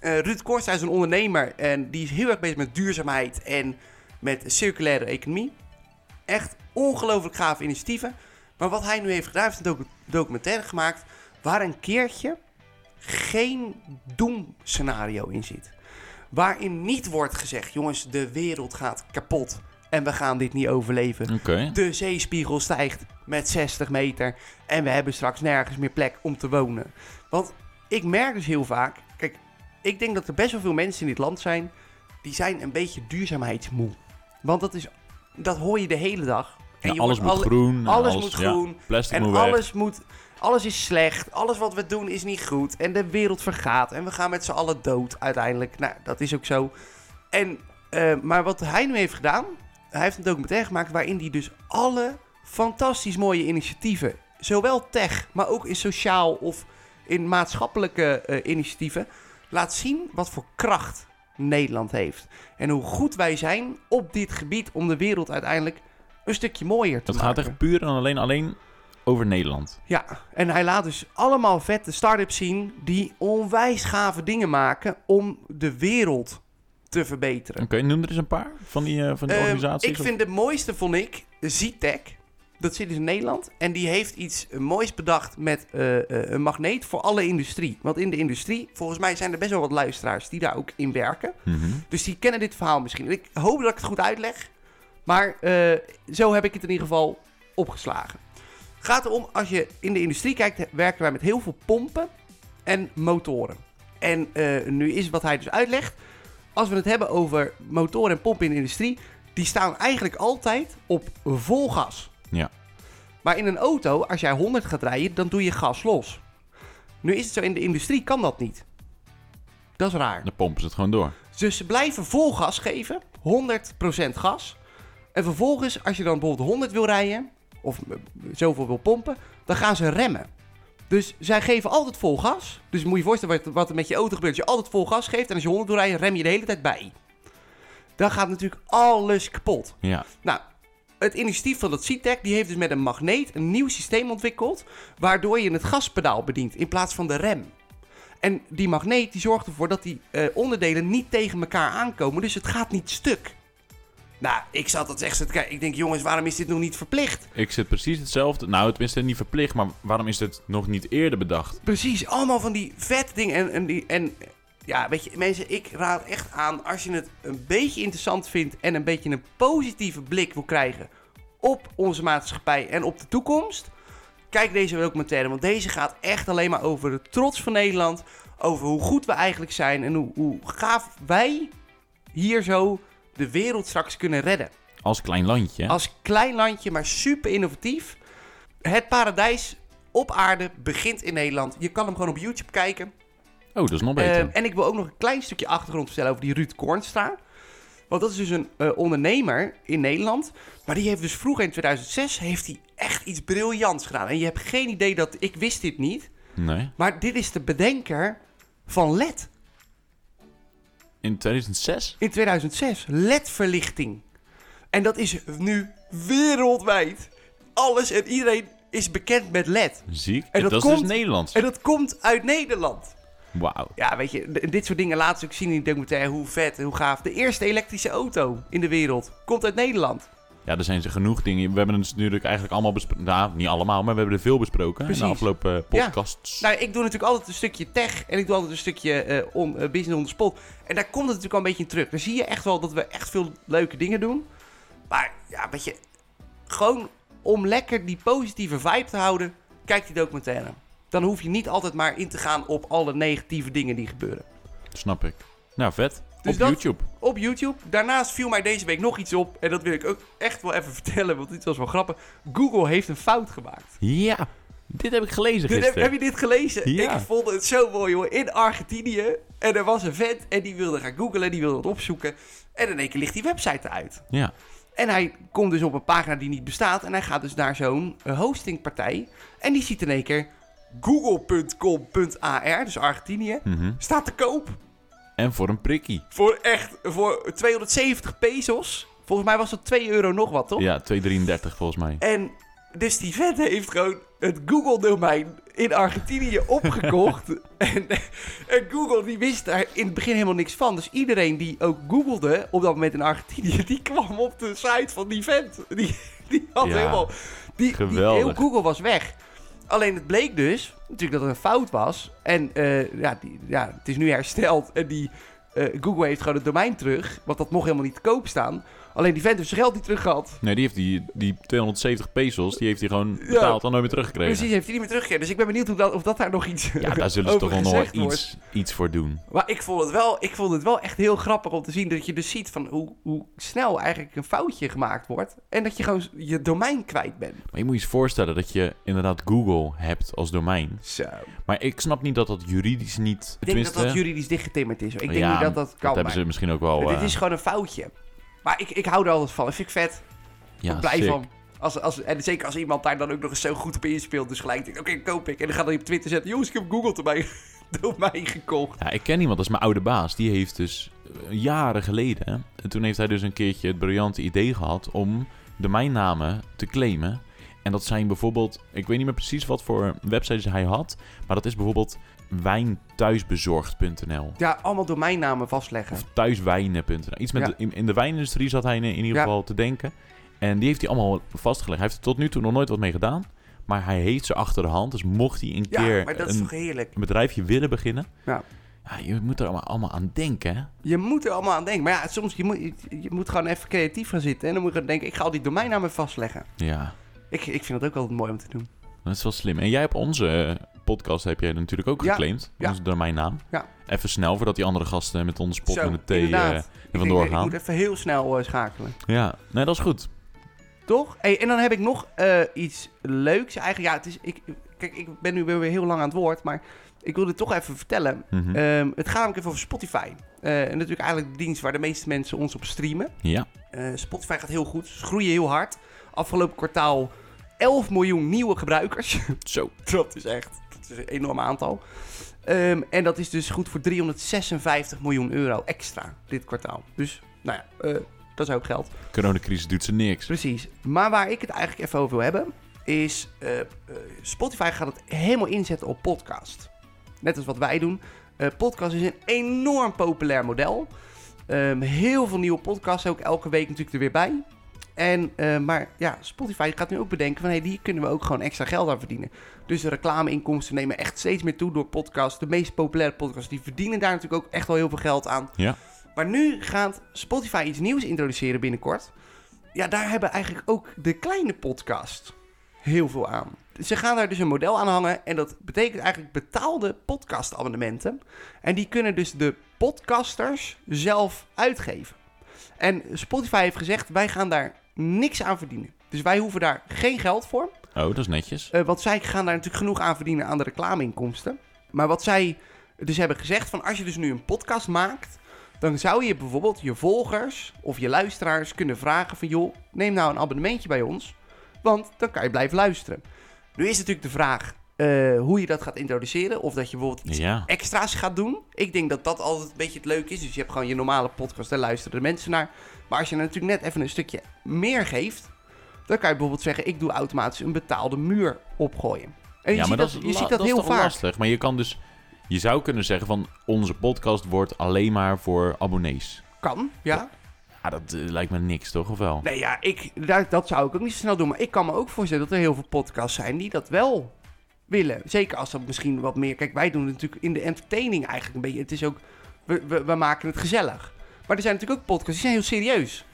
Speaker 1: Eh, Ruud Kornstra is een ondernemer en die is heel erg bezig met duurzaamheid en met circulaire economie. Echt ongelooflijk gave initiatieven. Maar wat hij nu heeft gedaan, hij heeft een docu- documentaire gemaakt waar een keertje geen doemscenario in zit. Waarin niet wordt gezegd, jongens, de wereld gaat kapot en we gaan dit niet overleven.
Speaker 2: Oké.
Speaker 1: De zeespiegel stijgt met 60 meter. En we hebben straks nergens meer plek om te wonen. Want ik merk dus heel vaak. Kijk, ik denk dat er best wel veel mensen in dit land zijn. Die zijn een beetje duurzaamheidsmoe. Want dat is. Dat hoor je de hele dag. En
Speaker 2: Ja,
Speaker 1: je
Speaker 2: alles moet
Speaker 1: wordt alle-
Speaker 2: groen. en
Speaker 1: alles moet
Speaker 2: ja,
Speaker 1: groen
Speaker 2: plastic
Speaker 1: en
Speaker 2: moet weg.
Speaker 1: alles moet. Alles is slecht. Alles wat we doen is niet goed. En de wereld vergaat. En we gaan met z'n allen dood uiteindelijk. Nou, dat is ook zo. En, eh, maar wat hij nu heeft gedaan. Hij heeft een documentaire gemaakt waarin hij dus alle fantastisch mooie initiatieven. Zowel tech, maar ook in sociaal of in maatschappelijke eh, initiatieven. Laat zien wat voor kracht Nederland heeft. En hoe goed wij zijn op dit gebied om de wereld uiteindelijk een stukje mooier te
Speaker 2: Het
Speaker 1: maken.
Speaker 2: gaat echt puur en alleen, alleen over Nederland.
Speaker 1: Ja, en hij laat dus allemaal vette start-ups zien die onwijs gave dingen maken om de wereld te verbeteren.
Speaker 2: Oké, noem er eens een paar van die, eh, van die
Speaker 1: Ehm,
Speaker 2: organisaties.
Speaker 1: ik
Speaker 2: of-
Speaker 1: vind de mooiste, vond ik, Zitec. Dat zit dus in Nederland. En die heeft iets eh, moois bedacht met eh, eh, een magneet voor alle industrie. Want in de industrie, volgens mij zijn er best wel wat luisteraars die daar ook in werken.
Speaker 2: Mhm.
Speaker 1: Dus die kennen dit verhaal misschien. Ik hoop dat ik het goed uitleg. Maar eh, zo heb ik het in ieder geval opgeslagen. Gaat erom, als je in de industrie kijkt, werken wij met heel veel pompen en motoren. En eh, nu is wat hij dus uitlegt. Als we het hebben over motoren en pompen in de industrie, die staan eigenlijk altijd op vol gas.
Speaker 2: Ja.
Speaker 1: Maar in een auto, als jij 100 gaat rijden, dan doe je gas los. Nu is het zo, in de industrie kan dat niet. Dat is raar.
Speaker 2: Dan pompen ze het gewoon door.
Speaker 1: Dus ze blijven vol gas geven, 100% gas. En vervolgens, als je dan bijvoorbeeld 100 wil rijden, of eh, zoveel wil pompen, dan gaan ze remmen. Dus zij geven altijd vol gas. Dus moet je je voorstellen wat, wat er met je auto gebeurt. Als je altijd vol gas geeft en als je 100 wil rijden, rem je de hele tijd bij. Dan gaat natuurlijk alles kapot.
Speaker 2: Ja.
Speaker 1: Nou, het initiatief van dat C-Tech, die heeft dus met een magneet een nieuw systeem ontwikkeld, waardoor je het gaspedaal bedient in plaats van de rem. En die magneet die zorgt ervoor dat die eh, onderdelen niet tegen elkaar aankomen, dus het gaat niet stuk. Nou, ik zat dat echt zo te kijken. Ik denk, jongens, waarom is dit nog niet verplicht?
Speaker 2: Ik zit precies hetzelfde. Nou, tenminste niet verplicht, maar waarom is dit nog niet eerder bedacht?
Speaker 1: Precies, allemaal van die vet dingen. En, en, die, en ja, weet je, mensen, ik raad echt aan als je het een beetje interessant vindt en een beetje een positieve blik wil krijgen op onze maatschappij en op de toekomst. Kijk deze documentaire, want deze gaat echt alleen maar over de trots van Nederland. Over hoe goed we eigenlijk zijn en hoe, hoe gaaf wij hier zo de wereld straks kunnen redden.
Speaker 2: Als klein landje. hè?
Speaker 1: Als klein landje, maar super innovatief. Het paradijs op aarde begint in Nederland. Je kan hem gewoon op YouTube kijken.
Speaker 2: Oh, dat is nog beter.
Speaker 1: Eh, en ik wil ook nog een klein stukje achtergrond vertellen over die Ruud Kornstra. Want dat is dus een eh, ondernemer in Nederland. Maar die heeft dus vroeger in 2006 heeft hij echt iets briljants gedaan. En je hebt geen idee dat... Ik wist dit niet.
Speaker 2: nee.
Speaker 1: Maar dit is de bedenker van E LED.
Speaker 2: In 2006?
Speaker 1: In 2006, LED-verlichting. En dat is nu wereldwijd. Alles en iedereen is bekend met LED.
Speaker 2: Ziek.
Speaker 1: En
Speaker 2: dat
Speaker 1: dat
Speaker 2: is
Speaker 1: komt-
Speaker 2: dus Nederlands.
Speaker 1: En dat komt uit Nederland.
Speaker 2: Wauw.
Speaker 1: Ja, weet je, d- dit soort dingen laten ze ook zien in die documentaire. Hoe vet, en hoe gaaf. De eerste elektrische auto in de wereld komt uit Nederland.
Speaker 2: Ja, er zijn ze genoeg dingen. We hebben het natuurlijk eigenlijk allemaal besproken. Nou, niet allemaal, maar we hebben er veel besproken in de
Speaker 1: Precies.
Speaker 2: afgelopen eh,
Speaker 1: Ja.
Speaker 2: podcasts.
Speaker 1: Nou, ik doe natuurlijk altijd een stukje tech en ik doe altijd een stukje eh, on, eh, business on the spot. En daar komt het natuurlijk al een beetje in terug. Dan zie je echt wel dat we echt veel leuke dingen doen. Maar ja, weet je, gewoon om lekker die positieve vibe te houden, kijk die documentaire. Dan hoef je niet altijd maar in te gaan op alle negatieve dingen die gebeuren.
Speaker 2: Snap ik. Nou, vet.
Speaker 1: Dus
Speaker 2: Op
Speaker 1: dat-
Speaker 2: YouTube.
Speaker 1: Op YouTube. Daarnaast viel mij deze week nog iets op. En dat wil ik ook echt wel even vertellen, want dit was wel grappig. Google heeft een fout gemaakt.
Speaker 2: Ja. Dit heb ik gelezen
Speaker 1: Dit-
Speaker 2: gisteren.
Speaker 1: heb, heb je dit gelezen?
Speaker 2: Ja.
Speaker 1: Ik vond het zo mooi, hoor. In Argentinië. En er was een vent en die wilde gaan googlen, die wilde het opzoeken. En in één keer ligt die website eruit.
Speaker 2: Ja.
Speaker 1: En hij komt dus op een pagina die niet bestaat. En hij gaat dus naar zo'n eh, hostingpartij. En die ziet in één keer google.com.ar, dus Argentinië,
Speaker 2: Mhm.
Speaker 1: staat te koop.
Speaker 2: En voor een prikkie.
Speaker 1: Voor echt, voor 270 pesos. Volgens mij was dat 2 euro nog wat, toch?
Speaker 2: Ja, 2,33 volgens mij.
Speaker 1: En Dus die vent heeft gewoon het Google-domein in Argentinië opgekocht. en, en Google die wist daar in het begin helemaal niks van. Dus iedereen die ook googelde op dat moment in Argentinië, die kwam op de site van die vent. Die, die had
Speaker 2: Ja,
Speaker 1: helemaal... Die, die-
Speaker 2: geweldig.
Speaker 1: heel Google was weg. Alleen het bleek dus natuurlijk dat het een fout was. En eh, ja, die, ja, het is nu hersteld. En die, eh, Google heeft gewoon het domein terug. Want dat mocht helemaal niet te koop staan. Alleen die vent heeft zijn geld niet terug gehad.
Speaker 2: Nee, die heeft die, die 270 pesos, die heeft hij gewoon betaald en nooit meer teruggekregen.
Speaker 1: Precies, heeft hij niet meer teruggekeerd. Dus ik ben benieuwd hoe dat, of dat daar nog iets
Speaker 2: Ja, daar zullen ze toch wel nog wel
Speaker 1: gezegd wordt.
Speaker 2: iets, iets voor doen.
Speaker 1: Maar ik vond, het wel, ik vond het wel echt heel grappig om te zien dat je dus ziet van hoe, hoe snel eigenlijk een foutje gemaakt wordt. En dat je gewoon je domein kwijt bent.
Speaker 2: Maar je moet je eens voorstellen dat je inderdaad Google hebt als domein.
Speaker 1: Zo.
Speaker 2: Maar ik snap niet dat dat juridisch niet...
Speaker 1: Ik denk dat dat
Speaker 2: tenminste,
Speaker 1: juridisch dichtgetimmerd is. hoor. Ik denk
Speaker 2: ja,
Speaker 1: niet dat dat kan.
Speaker 2: Dat hebben ze
Speaker 1: maar
Speaker 2: misschien ook wel...
Speaker 1: Dit
Speaker 2: eh,
Speaker 1: is gewoon een foutje. Maar ik, ik hou er altijd van. Dat vind ik vet.
Speaker 2: ja,
Speaker 1: ik blij
Speaker 2: sick.
Speaker 1: van. Als, als, en zeker als iemand daar dan ook nog eens zo goed op inspeelt. Dus gelijk denk ik, oké, koop ik. En dan gaat hij op Twitter zetten. Jongens, ik heb Google te mij, domein gekocht.
Speaker 2: Ja, ik ken iemand, dat is mijn oude baas. Die heeft dus eh, jaren geleden... hè, En toen heeft hij dus een keertje het briljante idee gehad om domeinnamen te claimen. En dat zijn bijvoorbeeld... Ik weet niet meer precies wat voor websites hij had. Maar dat is bijvoorbeeld wijnthuisbezorgd.nl.
Speaker 1: Ja, allemaal domeinnamen vastleggen.
Speaker 2: Of thuiswijnen.nl. Iets met
Speaker 1: Ja.
Speaker 2: de- in, in de wijnindustrie zat hij in, in ieder
Speaker 1: Ja.
Speaker 2: geval te denken. En die heeft hij allemaal vastgelegd. Hij heeft er tot nu toe nog nooit wat mee gedaan. Maar hij heeft ze achter de hand. Dus mocht hij een
Speaker 1: Ja,
Speaker 2: keer
Speaker 1: maar dat is
Speaker 2: een,
Speaker 1: toch heerlijk?
Speaker 2: een bedrijfje willen beginnen...
Speaker 1: Ja.
Speaker 2: Ja, je moet er allemaal, allemaal aan denken, hè?
Speaker 1: Je moet er allemaal aan denken. Maar ja, soms je moet je, je moet gewoon even creatief gaan zitten. En dan moet je gaan denken, ik ga al die domeinnamen vastleggen.
Speaker 2: Ja,
Speaker 1: Ik, ik vind dat ook altijd mooi om te doen.
Speaker 2: dat is wel slim. En jij hebt onze eh, podcast heb jij natuurlijk ook
Speaker 1: Ja,
Speaker 2: geclaimd.
Speaker 1: ja.
Speaker 2: Onze domeinnaam.
Speaker 1: Ja.
Speaker 2: Even snel, voordat die andere gasten met onze pot
Speaker 1: Zo,
Speaker 2: en de thee eh,
Speaker 1: inderdaad.
Speaker 2: er
Speaker 1: Ik denk,
Speaker 2: vandoor
Speaker 1: ik
Speaker 2: gaan.
Speaker 1: moet even heel snel eh, schakelen.
Speaker 2: Ja, nee, dat is goed.
Speaker 1: Toch? Hey, en dan heb ik nog eh, iets leuks. Eigenlijk, ja, het is, ik, kijk, ik ben nu weer weer heel lang aan het woord. Maar ik wil dit toch even vertellen.
Speaker 2: Mhm.
Speaker 1: Ehm, het gaat namelijk even over Spotify. Eh, en natuurlijk eigenlijk de dienst waar de meeste mensen ons op streamen.
Speaker 2: ja,
Speaker 1: Eh, Spotify gaat heel goed. Ze groeien heel hard. Afgelopen kwartaal 11 miljoen nieuwe gebruikers.
Speaker 2: zo.
Speaker 1: Dat is echt dat is een enorm aantal. Ehm, en dat is dus goed voor 356 miljoen euro extra dit kwartaal. Dus, nou ja, eh, dat is ook geld.
Speaker 2: Coronacrisis doet ze niks.
Speaker 1: Precies. Maar waar ik het eigenlijk even over wil hebben, is eh, eh, Spotify gaat het helemaal inzetten op podcast. Net als wat wij doen. Eh, podcast is een enorm populair model. Ehm, heel veel nieuwe podcasts ook elke week natuurlijk er weer bij. En, eh, maar ja, Spotify gaat nu ook bedenken van, hé, die kunnen we ook gewoon extra geld aan verdienen. Dus de reclameinkomsten nemen echt steeds meer toe door podcasts. De meest populaire podcasts, die verdienen daar natuurlijk ook echt wel heel veel geld aan.
Speaker 2: Ja.
Speaker 1: Maar nu gaat Spotify iets nieuws introduceren binnenkort. Ja, daar hebben eigenlijk ook de kleine podcast heel veel aan. Ze gaan daar dus een model aan hangen en dat betekent eigenlijk betaalde podcastabonnementen. En die kunnen dus de podcasters zelf uitgeven. En Spotify heeft gezegd, wij gaan daar niks aan verdienen. Dus wij hoeven daar geen geld voor.
Speaker 2: Oh, dat is netjes.
Speaker 1: Eh, want zij gaan daar natuurlijk genoeg aan verdienen aan de reclameinkomsten. Maar wat zij dus hebben gezegd van als je dus nu een podcast maakt, dan zou je bijvoorbeeld je volgers of je luisteraars kunnen vragen van joh, neem nou een abonnementje bij ons, want dan kan je blijven luisteren. Nu is natuurlijk de vraag eh, hoe je dat gaat introduceren of dat je bijvoorbeeld iets
Speaker 2: Ja.
Speaker 1: extra's gaat doen. Ik denk dat dat altijd een beetje het leuke is. Dus je hebt gewoon je normale podcast, daar luisteren de mensen naar. Maar als je er natuurlijk net even een stukje meer geeft, dan kan je bijvoorbeeld zeggen: ik doe automatisch een betaalde muur opgooien. En je
Speaker 2: ja,
Speaker 1: ziet dat,
Speaker 2: is
Speaker 1: je
Speaker 2: la-
Speaker 1: ziet dat,
Speaker 2: is
Speaker 1: heel
Speaker 2: toch
Speaker 1: vaak.
Speaker 2: lastig. Maar je kan dus... Je zou kunnen zeggen van... Onze podcast wordt alleen maar voor abonnees.
Speaker 1: Kan, ja.
Speaker 2: Ja, dat eh, lijkt me niks, toch? Of wel?
Speaker 1: Nee, ja, ik, daar- dat zou ik ook niet zo snel doen. Maar ik kan me ook voorstellen dat er heel veel podcasts zijn die dat wel willen. Zeker als dat misschien wat meer... Kijk, wij doen het natuurlijk in de entertaining eigenlijk een beetje. Het is ook... We, we, we maken het gezellig. Maar er zijn natuurlijk ook podcasts die zijn heel serieus.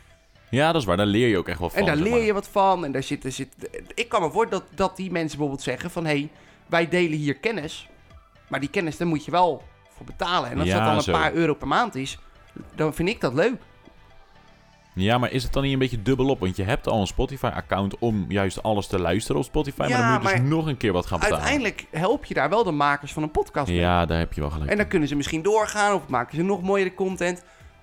Speaker 2: Ja, dat is waar. Daar leer je ook echt wel van.
Speaker 1: En daar
Speaker 2: zeg
Speaker 1: leer
Speaker 2: maar.
Speaker 1: je wat van. En daar zit, er zit, ik kan me voorstellen dat, dat die mensen bijvoorbeeld zeggen van... hé, hey, wij delen hier kennis. Maar die kennis, daar moet je wel voor betalen. En als
Speaker 2: Ja,
Speaker 1: dat dan een
Speaker 2: zo.
Speaker 1: paar euro per maand is... dan vind ik dat leuk.
Speaker 2: Ja, maar is het dan niet een beetje dubbel op? Want je hebt al een Spotify-account om juist alles te luisteren op Spotify.
Speaker 1: Ja,
Speaker 2: maar dan moet je
Speaker 1: maar
Speaker 2: dus nog een keer wat gaan betalen.
Speaker 1: Uiteindelijk help je daar wel de makers van een podcast mee.
Speaker 2: Ja, daar heb je wel gelijk.
Speaker 1: En dan
Speaker 2: in.
Speaker 1: kunnen ze misschien doorgaan of maken ze nog mooiere content.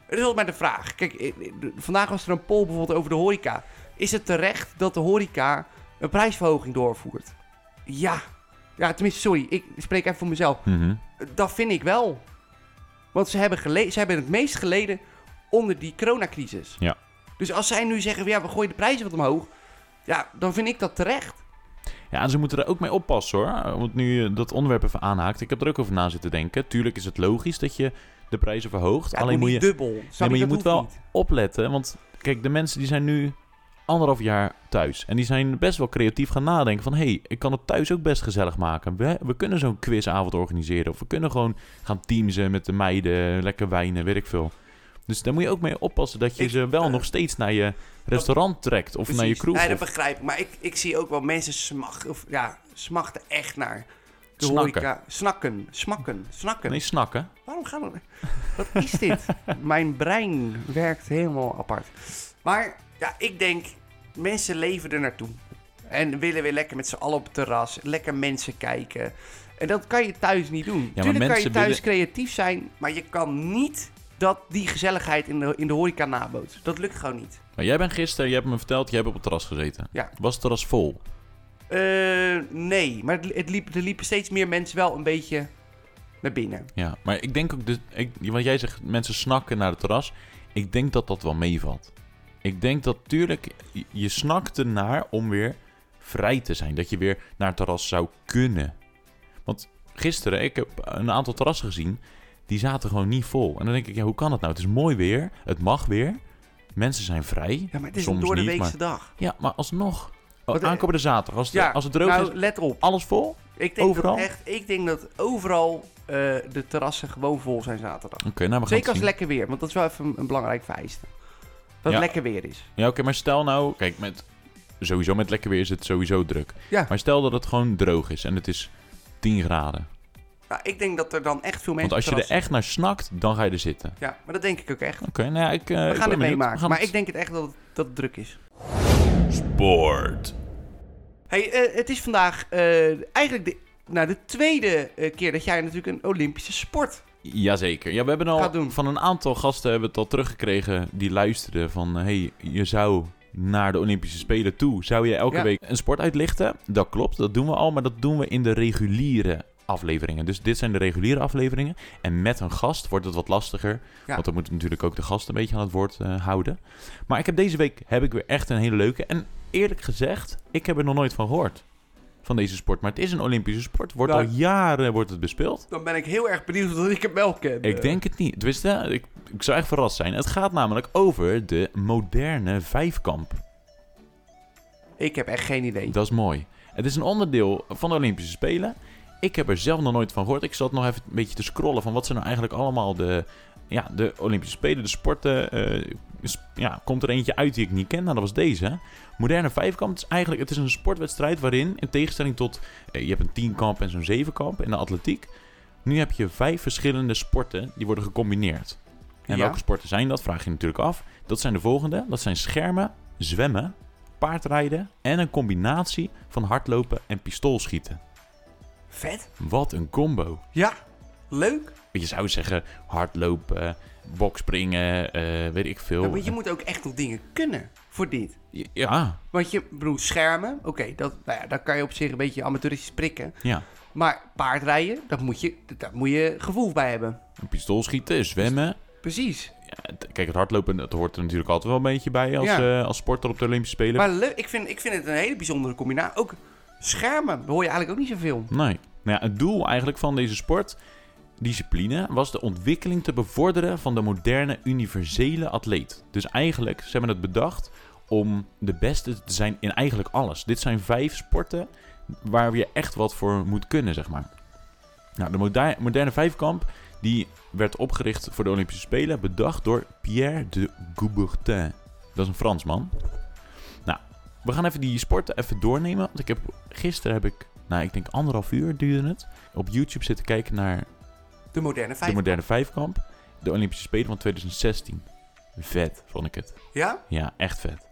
Speaker 1: Dat is altijd maar de vraag. Kijk, eh, eh, de- vandaag was er een poll bijvoorbeeld over de horeca. Is het terecht dat de horeca een prijsverhoging doorvoert? Ja. Ja, tenminste, sorry. Ik spreek even voor mezelf.
Speaker 2: Mhm.
Speaker 1: Dat vind ik wel. Want ze hebben, gele- ze hebben het meest geleden onder die coronacrisis.
Speaker 2: Ja.
Speaker 1: Dus als zij nu zeggen, ja, we gooien de prijzen wat omhoog. Ja, dan vind ik dat terecht.
Speaker 2: Ja, en ze moeten er ook mee oppassen hoor. Eh, Want nu je dat onderwerp even aanhaakt, ik heb er ook over na zitten denken. Tuurlijk is het logisch dat je de prijzen verhoogt.
Speaker 1: Ja, het
Speaker 2: alleen moet
Speaker 1: niet
Speaker 2: je,
Speaker 1: dubbel.
Speaker 2: nee,
Speaker 1: Snap
Speaker 2: maar je
Speaker 1: Dat
Speaker 2: moet
Speaker 1: hoeft
Speaker 2: wel
Speaker 1: niet.
Speaker 2: opletten. Want kijk, de mensen die zijn nu anderhalf jaar thuis. En die zijn best wel creatief gaan nadenken van... hé, hey, ik kan het thuis ook best gezellig maken. We, we kunnen zo'n quizavond organiseren. Of we kunnen gewoon gaan teamsen met de meiden, lekker wijnen, weet ik veel. Dus daar moet je ook mee oppassen dat je
Speaker 1: Ik-
Speaker 2: ze wel
Speaker 1: eh,
Speaker 2: nog steeds naar je restaurant trekt. Of naar je
Speaker 1: Precies.
Speaker 2: kroeg.
Speaker 1: Nee, dat
Speaker 2: of
Speaker 1: begrijp ik. Maar ik, ik zie ook wel mensen smachten, of, ja, smachten echt naar de
Speaker 2: snakken.
Speaker 1: horeca. Snakken, smakken, snakken.
Speaker 2: Nee, snakken.
Speaker 1: Waarom gaan we... Wat is dit? Mijn brein werkt helemaal apart. Maar ja, ik denk, mensen leven er naartoe. En willen weer lekker met z'n allen op het terras, lekker mensen kijken. En dat kan je thuis niet doen. Tuurlijk
Speaker 2: maar
Speaker 1: kan je
Speaker 2: mensen
Speaker 1: thuis creatief zijn, maar je kan niet dat die gezelligheid in de, in de horeca nabootst. Dat lukt gewoon niet.
Speaker 2: Maar jij bent gisteren, je hebt me verteld, jij hebt op het terras gezeten.
Speaker 1: Ja.
Speaker 2: Was het terras vol?
Speaker 1: Eh, nee, maar het, het liep, er liepen steeds meer mensen wel een beetje naar binnen.
Speaker 2: Ja, maar ik denk ook... De, ik, want jij zegt mensen snakken naar het terras. Ik denk dat dat wel meevalt. Ik denk dat tuurlijk... je- Je snakt ernaar om weer vrij te zijn. Dat je weer naar het terras zou kunnen. Want gisteren, ik heb een aantal terrassen gezien... die zaten gewoon niet vol. En dan denk ik, ja, hoe kan dat nou? Het is mooi weer. Het mag weer. Mensen zijn vrij.
Speaker 1: Ja, maar het is
Speaker 2: Soms
Speaker 1: een door de
Speaker 2: niet,
Speaker 1: weekse dag.
Speaker 2: Ja, maar alsnog.
Speaker 1: Wat, eh,
Speaker 2: aankomende zaterdag. Als het,
Speaker 1: Ja,
Speaker 2: als het droog
Speaker 1: nou,
Speaker 2: is,
Speaker 1: let op.
Speaker 2: alles vol? Oké,
Speaker 1: Ik denk
Speaker 2: Overal?
Speaker 1: Dat echt, ik denk dat overal eh, de terrassen gewoon vol zijn zaterdag.
Speaker 2: nou, we gaan
Speaker 1: Zeker
Speaker 2: het
Speaker 1: als
Speaker 2: zien.
Speaker 1: het lekker weer, want dat is wel even een, een belangrijk vereiste. Dat het
Speaker 2: Ja.
Speaker 1: lekker weer is.
Speaker 2: Ja, oké, maar stel nou, kijk, met, sowieso met lekker weer is het sowieso druk.
Speaker 1: Ja.
Speaker 2: Maar stel dat het gewoon droog is en het is 10 graden.
Speaker 1: Nou, ik denk dat er dan echt veel mensen
Speaker 2: Want als je
Speaker 1: op
Speaker 2: er
Speaker 1: terrassen-
Speaker 2: echt naar snakt, dan ga je er zitten. Oké,
Speaker 1: Ja, maar dat denk ik ook echt.
Speaker 2: nou ja, ik, eh,
Speaker 1: We
Speaker 2: ik
Speaker 1: gaan
Speaker 2: ben
Speaker 1: het
Speaker 2: benieuwd. We
Speaker 1: meemaken.
Speaker 2: gaan
Speaker 1: Maar
Speaker 2: het-
Speaker 1: ik denk het echt dat het, dat het druk is.
Speaker 2: Sport.
Speaker 1: Hey, eh, het is vandaag eh, eigenlijk de, nou, de tweede eh, keer dat jij natuurlijk een Olympische sport
Speaker 2: Jazeker. Ja, we hebben
Speaker 1: Ga het
Speaker 2: al
Speaker 1: doen.
Speaker 2: van een aantal gasten hebben we het al teruggekregen die luisterden van... ...hé, hey, je zou naar de Olympische Spelen toe, zou je elke
Speaker 1: Ja.
Speaker 2: week een sport uitlichten? Dat klopt, dat doen we al, maar dat doen we in de reguliere afleveringen. Dus dit zijn de reguliere afleveringen. En met een gast wordt het wat lastiger,
Speaker 1: Ja.
Speaker 2: want dan moeten we natuurlijk ook de gast een beetje aan het woord eh, houden. Maar ik heb deze week heb ik weer echt een hele leuke en eerlijk gezegd, ik heb er nog nooit van gehoord. Van deze sport, maar het is een Olympische sport. Wordt
Speaker 1: Ja.
Speaker 2: al jaren wordt het bespeeld.
Speaker 1: Dan ben ik heel erg benieuwd of ik hem wel ken.
Speaker 2: Ik denk het niet. Tenminste, ja, ik, ik zou echt verrast zijn. Het gaat namelijk over de moderne vijfkamp.
Speaker 1: Ik heb echt geen idee.
Speaker 2: Dat is mooi. Het is een onderdeel van de Olympische Spelen. Ik heb er zelf nog nooit van gehoord. Ik zat nog even een beetje te scrollen van wat zijn nou eigenlijk allemaal de, ja, de Olympische Spelen, de sporten. eh, sp- ja, komt er eentje uit die ik niet ken? Nou, dat was deze. Moderne vijfkamp het is eigenlijk het is een sportwedstrijd waarin, in tegenstelling tot, eh, je hebt een tienkamp en zo'n zevenkamp in de atletiek. Nu heb je vijf verschillende sporten die worden gecombineerd. En
Speaker 1: Ja.
Speaker 2: welke sporten zijn dat? Vraag je natuurlijk af. Dat zijn de volgende. Dat zijn schermen, zwemmen, paardrijden en een combinatie van hardlopen en pistoolschieten.
Speaker 1: Vet.
Speaker 2: Wat een combo.
Speaker 1: Ja. Leuk.
Speaker 2: Je zou zeggen hardlopen, bokspringen, eh, weet ik veel.
Speaker 1: Ja, maar je moet ook echt nog dingen kunnen voor dit.
Speaker 2: Ja,
Speaker 1: Want je, ik bedoel, schermen, oké, dat, nou ja, dat kan je op zich een beetje amateuristisch prikken.
Speaker 2: ja.
Speaker 1: Maar paardrijden, dat moet je, dat- daar moet je gevoel bij hebben.
Speaker 2: Een pistoolschieten, zwemmen.
Speaker 1: Precies.
Speaker 2: Ja, t- Kijk, het hardlopen dat hoort er natuurlijk altijd wel een beetje bij als,
Speaker 1: Ja.
Speaker 2: eh, als sporter op de Olympische Spelen.
Speaker 1: Maar leuk, ik vind, ik vind het een hele bijzondere combinatie. Ook schermen, daar hoor je eigenlijk ook niet zoveel.
Speaker 2: Nee. Nou ja, het doel eigenlijk van deze sportdiscipline was de ontwikkeling te bevorderen van de moderne universele atleet. Dus eigenlijk, ze hebben het bedacht om de beste te zijn in eigenlijk alles. Dit zijn vijf sporten waar je echt wat voor moet kunnen, zeg maar. Nou, de moder- moderne vijfkamp die werd opgericht voor de Olympische Spelen, bedacht door Pierre de Coubertin. Dat is een Fransman. Nou, we gaan even die sporten even doornemen. Want ik heb gisteren heb ik, nou ik denk anderhalf uur duurde het, op YouTube zitten kijken naar
Speaker 1: De moderne vijf.
Speaker 2: de moderne vijfkamp. De Olympische Spelen van 2016. Vet, vond ik het.
Speaker 1: ja?
Speaker 2: Ja, echt vet.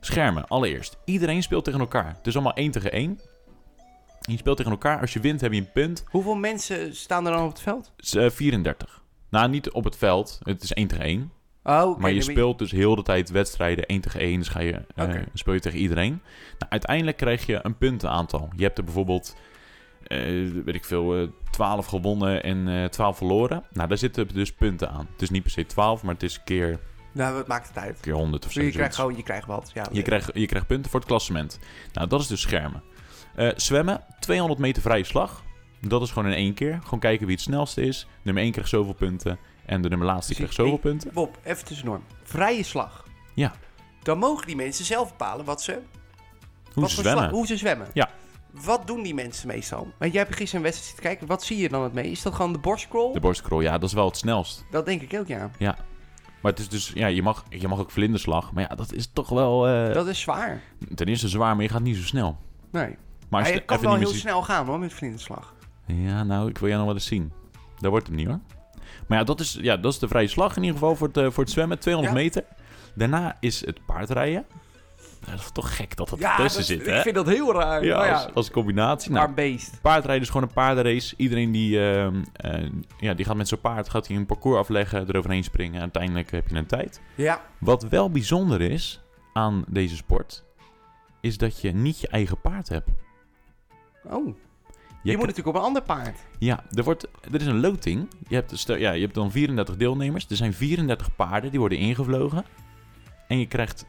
Speaker 2: Schermen, allereerst. Iedereen speelt tegen elkaar. Dus allemaal één tegen één. Je speelt tegen elkaar. Als je wint, heb je een punt.
Speaker 1: Hoeveel mensen staan er dan op het veld?
Speaker 2: Het is, eh, 34. Nou, niet op het veld. Het is 1 tegen 1.
Speaker 1: Oh, oké,
Speaker 2: maar je
Speaker 1: dan ben
Speaker 2: speelt dus heel de tijd wedstrijden 1 tegen 1. Dus ga je, eh,
Speaker 1: Oké.
Speaker 2: speel je tegen iedereen. Nou, uiteindelijk krijg je een puntenaantal. Je hebt er bijvoorbeeld, eh, weet ik veel, eh, 12 gewonnen en eh 12 verloren. Nou, daar zitten dus punten aan. Het is niet per se 12, maar het is keer,
Speaker 1: Nou, wat maakt het uit?
Speaker 2: keer 100 of
Speaker 1: Je
Speaker 2: zo. zoiets.
Speaker 1: krijgt gewoon, je krijgt wat. Ja,
Speaker 2: Je krijgt, je krijgt punten voor het klassement. Nou, dat is dus schermen. Eh, zwemmen, 200 meter vrije slag. Dat is gewoon in één keer. Gewoon kijken wie het snelste is. Nummer 1 krijgt zoveel punten. En de nummer laatste
Speaker 1: Precies.
Speaker 2: krijgt zoveel
Speaker 1: Ik-
Speaker 2: punten.
Speaker 1: Bob, even tussendoor. Vrije slag.
Speaker 2: Ja.
Speaker 1: Dan mogen die mensen zelf bepalen wat ze,
Speaker 2: Hoe
Speaker 1: wat
Speaker 2: ze
Speaker 1: voor
Speaker 2: zwemmen.
Speaker 1: slag- hoe ze zwemmen.
Speaker 2: Ja.
Speaker 1: Wat doen die mensen meestal? Want jij hebt gisteren een wedstrijd zitten kijken. Wat zie je dan het meest? Is dat gewoon de borstcrawl?
Speaker 2: De borstcrawl, ja, dat is wel het snelst.
Speaker 1: Dat denk ik ook, ja.
Speaker 2: Maar het is dus, ja, je mag, je mag ook vlinderslag. Maar ja, dat is toch wel, eh,
Speaker 1: Dat is zwaar.
Speaker 2: ten eerste zwaar, maar je gaat niet zo snel.
Speaker 1: Nee.
Speaker 2: Maar
Speaker 1: Maar
Speaker 2: als je
Speaker 1: het Ah, kan
Speaker 2: even
Speaker 1: wel
Speaker 2: niet meer
Speaker 1: heel
Speaker 2: ziet-
Speaker 1: snel gaan hoor, met vlinderslag.
Speaker 2: Ja, nou, ik wil jou nog wel eens zien. Dat wordt hem niet hoor. Maar ja, dat is, ja, dat is de vrije slag in ieder geval voor het, eh, voor het zwemmen. 200
Speaker 1: Ja.
Speaker 2: meter. Daarna is het paardrijden. Nou, dat is toch gek dat dat tussen
Speaker 1: dat-
Speaker 2: zit,
Speaker 1: ik
Speaker 2: hè?
Speaker 1: vind dat heel raar.
Speaker 2: Ja,
Speaker 1: maar ja,
Speaker 2: Als, als combinatie. Nou,
Speaker 1: maar beest.
Speaker 2: paardrijden is gewoon een paardenrace. Iedereen die, ehm, eh, ja, die gaat met zijn paard gaat hij een parcours afleggen, eroverheen springen. Uiteindelijk heb je een tijd.
Speaker 1: Ja,
Speaker 2: Wat wel bijzonder is aan deze sport, is dat je niet je eigen paard hebt.
Speaker 1: oh. Je,
Speaker 2: Je
Speaker 1: moet natuurlijk op een ander paard.
Speaker 2: Ja, er, wordt, er is een loting. Je hebt, stel- ja, je hebt dan 34 deelnemers. Er zijn 34 paarden die worden ingevlogen. En je krijgt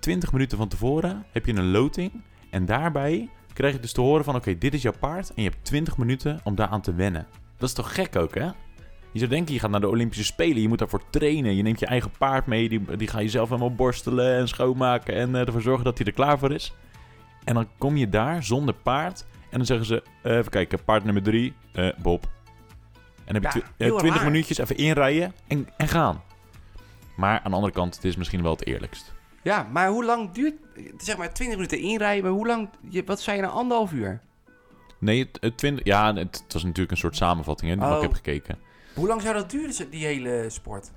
Speaker 2: 20 minuten van tevoren heb je een loting. En daarbij krijg je dus te horen van... Oké, dit is jouw paard. En je hebt 20 minuten om daaraan te wennen. Dat is toch gek ook, hè? Je zou denken, je gaat naar de Olympische Spelen. Je moet daarvoor trainen. Je neemt je eigen paard mee. Die, die ga je zelf helemaal borstelen en schoonmaken. En eh, ervoor zorgen dat hij er klaar voor is. En dan kom je daar zonder paard. En dan zeggen ze, eh, even kijken, paard nummer drie, eh, Bob. En dan heb je
Speaker 1: Ja,
Speaker 2: twi- eh,
Speaker 1: heel
Speaker 2: 20
Speaker 1: raar.
Speaker 2: minuutjes even inrijden en, en gaan. Maar aan de andere kant, het is misschien wel het eerlijkst.
Speaker 1: Ja, maar hoe lang duurt... Zeg maar 20 minuten inrijden, maar hoe lang... je- Wat zei je nou, anderhalf uur?
Speaker 2: Nee, het, het, twint- ja, het, het was natuurlijk een soort samenvatting hè, die wat ik
Speaker 1: Oh.
Speaker 2: heb gekeken.
Speaker 1: Hoe lang zou dat duren, ze- die hele sport?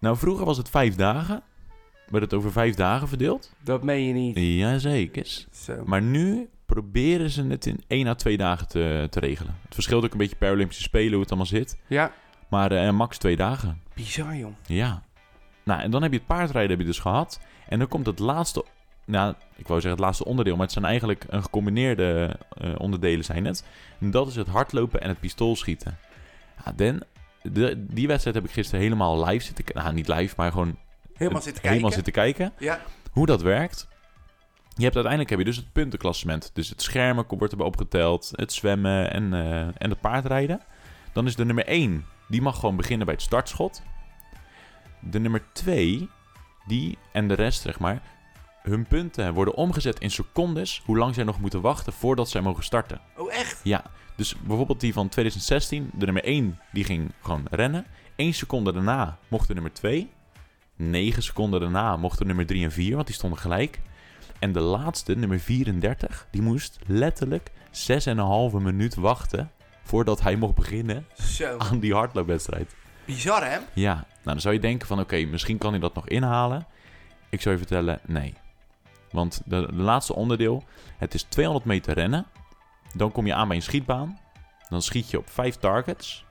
Speaker 2: Nou, vroeger was het vijf dagen. Werd het over vijf dagen verdeeld?
Speaker 1: Dat meen je niet.
Speaker 2: Jazeker.
Speaker 1: Zo.
Speaker 2: Maar nu proberen ze het in één à twee dagen te, te regelen. Het verschilt ook een beetje per Olympische Spelen hoe het allemaal zit.
Speaker 1: Ja,
Speaker 2: Maar eh, max twee dagen.
Speaker 1: bizar joh.
Speaker 2: Ja. Nou, en dan heb je het paardrijden heb je dus gehad. En dan komt het laatste... Nou, ik wou zeggen het laatste onderdeel, maar het zijn eigenlijk een gecombineerde eh, onderdelen zijn het. En dat is het hardlopen en het pistoolschieten. Ja, Den, de- die wedstrijd heb ik gisteren helemaal live zitten... k- Nou, niet live, maar gewoon
Speaker 1: Helemaal zitten kijken.
Speaker 2: helemaal zitten kijken.
Speaker 1: Ja.
Speaker 2: Hoe dat werkt. Je hebt uiteindelijk heb je dus het puntenklassement. Dus het schermen wordt erbij opgeteld, het zwemmen en, eh, en het paardrijden. Dan is de nummer 1, die mag gewoon beginnen bij het startschot. De nummer 2, die en de rest zeg maar, hun punten worden omgezet in secondes hoe lang zij nog moeten wachten voordat zij mogen starten.
Speaker 1: Oh echt?
Speaker 2: Ja, dus bijvoorbeeld die van 2016, de nummer 1, die ging gewoon rennen. 1 seconde daarna mocht de nummer 2. 9 seconden daarna mochten nummer 3 en 4, want die stonden gelijk. En de laatste, nummer 34, die moest letterlijk 6,5 minuut wachten voordat hij mocht beginnen
Speaker 1: Zo.
Speaker 2: aan die hardloopwedstrijd.
Speaker 1: Bizar hè?
Speaker 2: Ja, nou dan zou je denken van oké, misschien kan hij dat nog inhalen. Ik zou je vertellen, nee. Want de, de laatste onderdeel, het is 200 meter rennen. Dan kom je aan bij een schietbaan. Dan schiet je op vijf targets.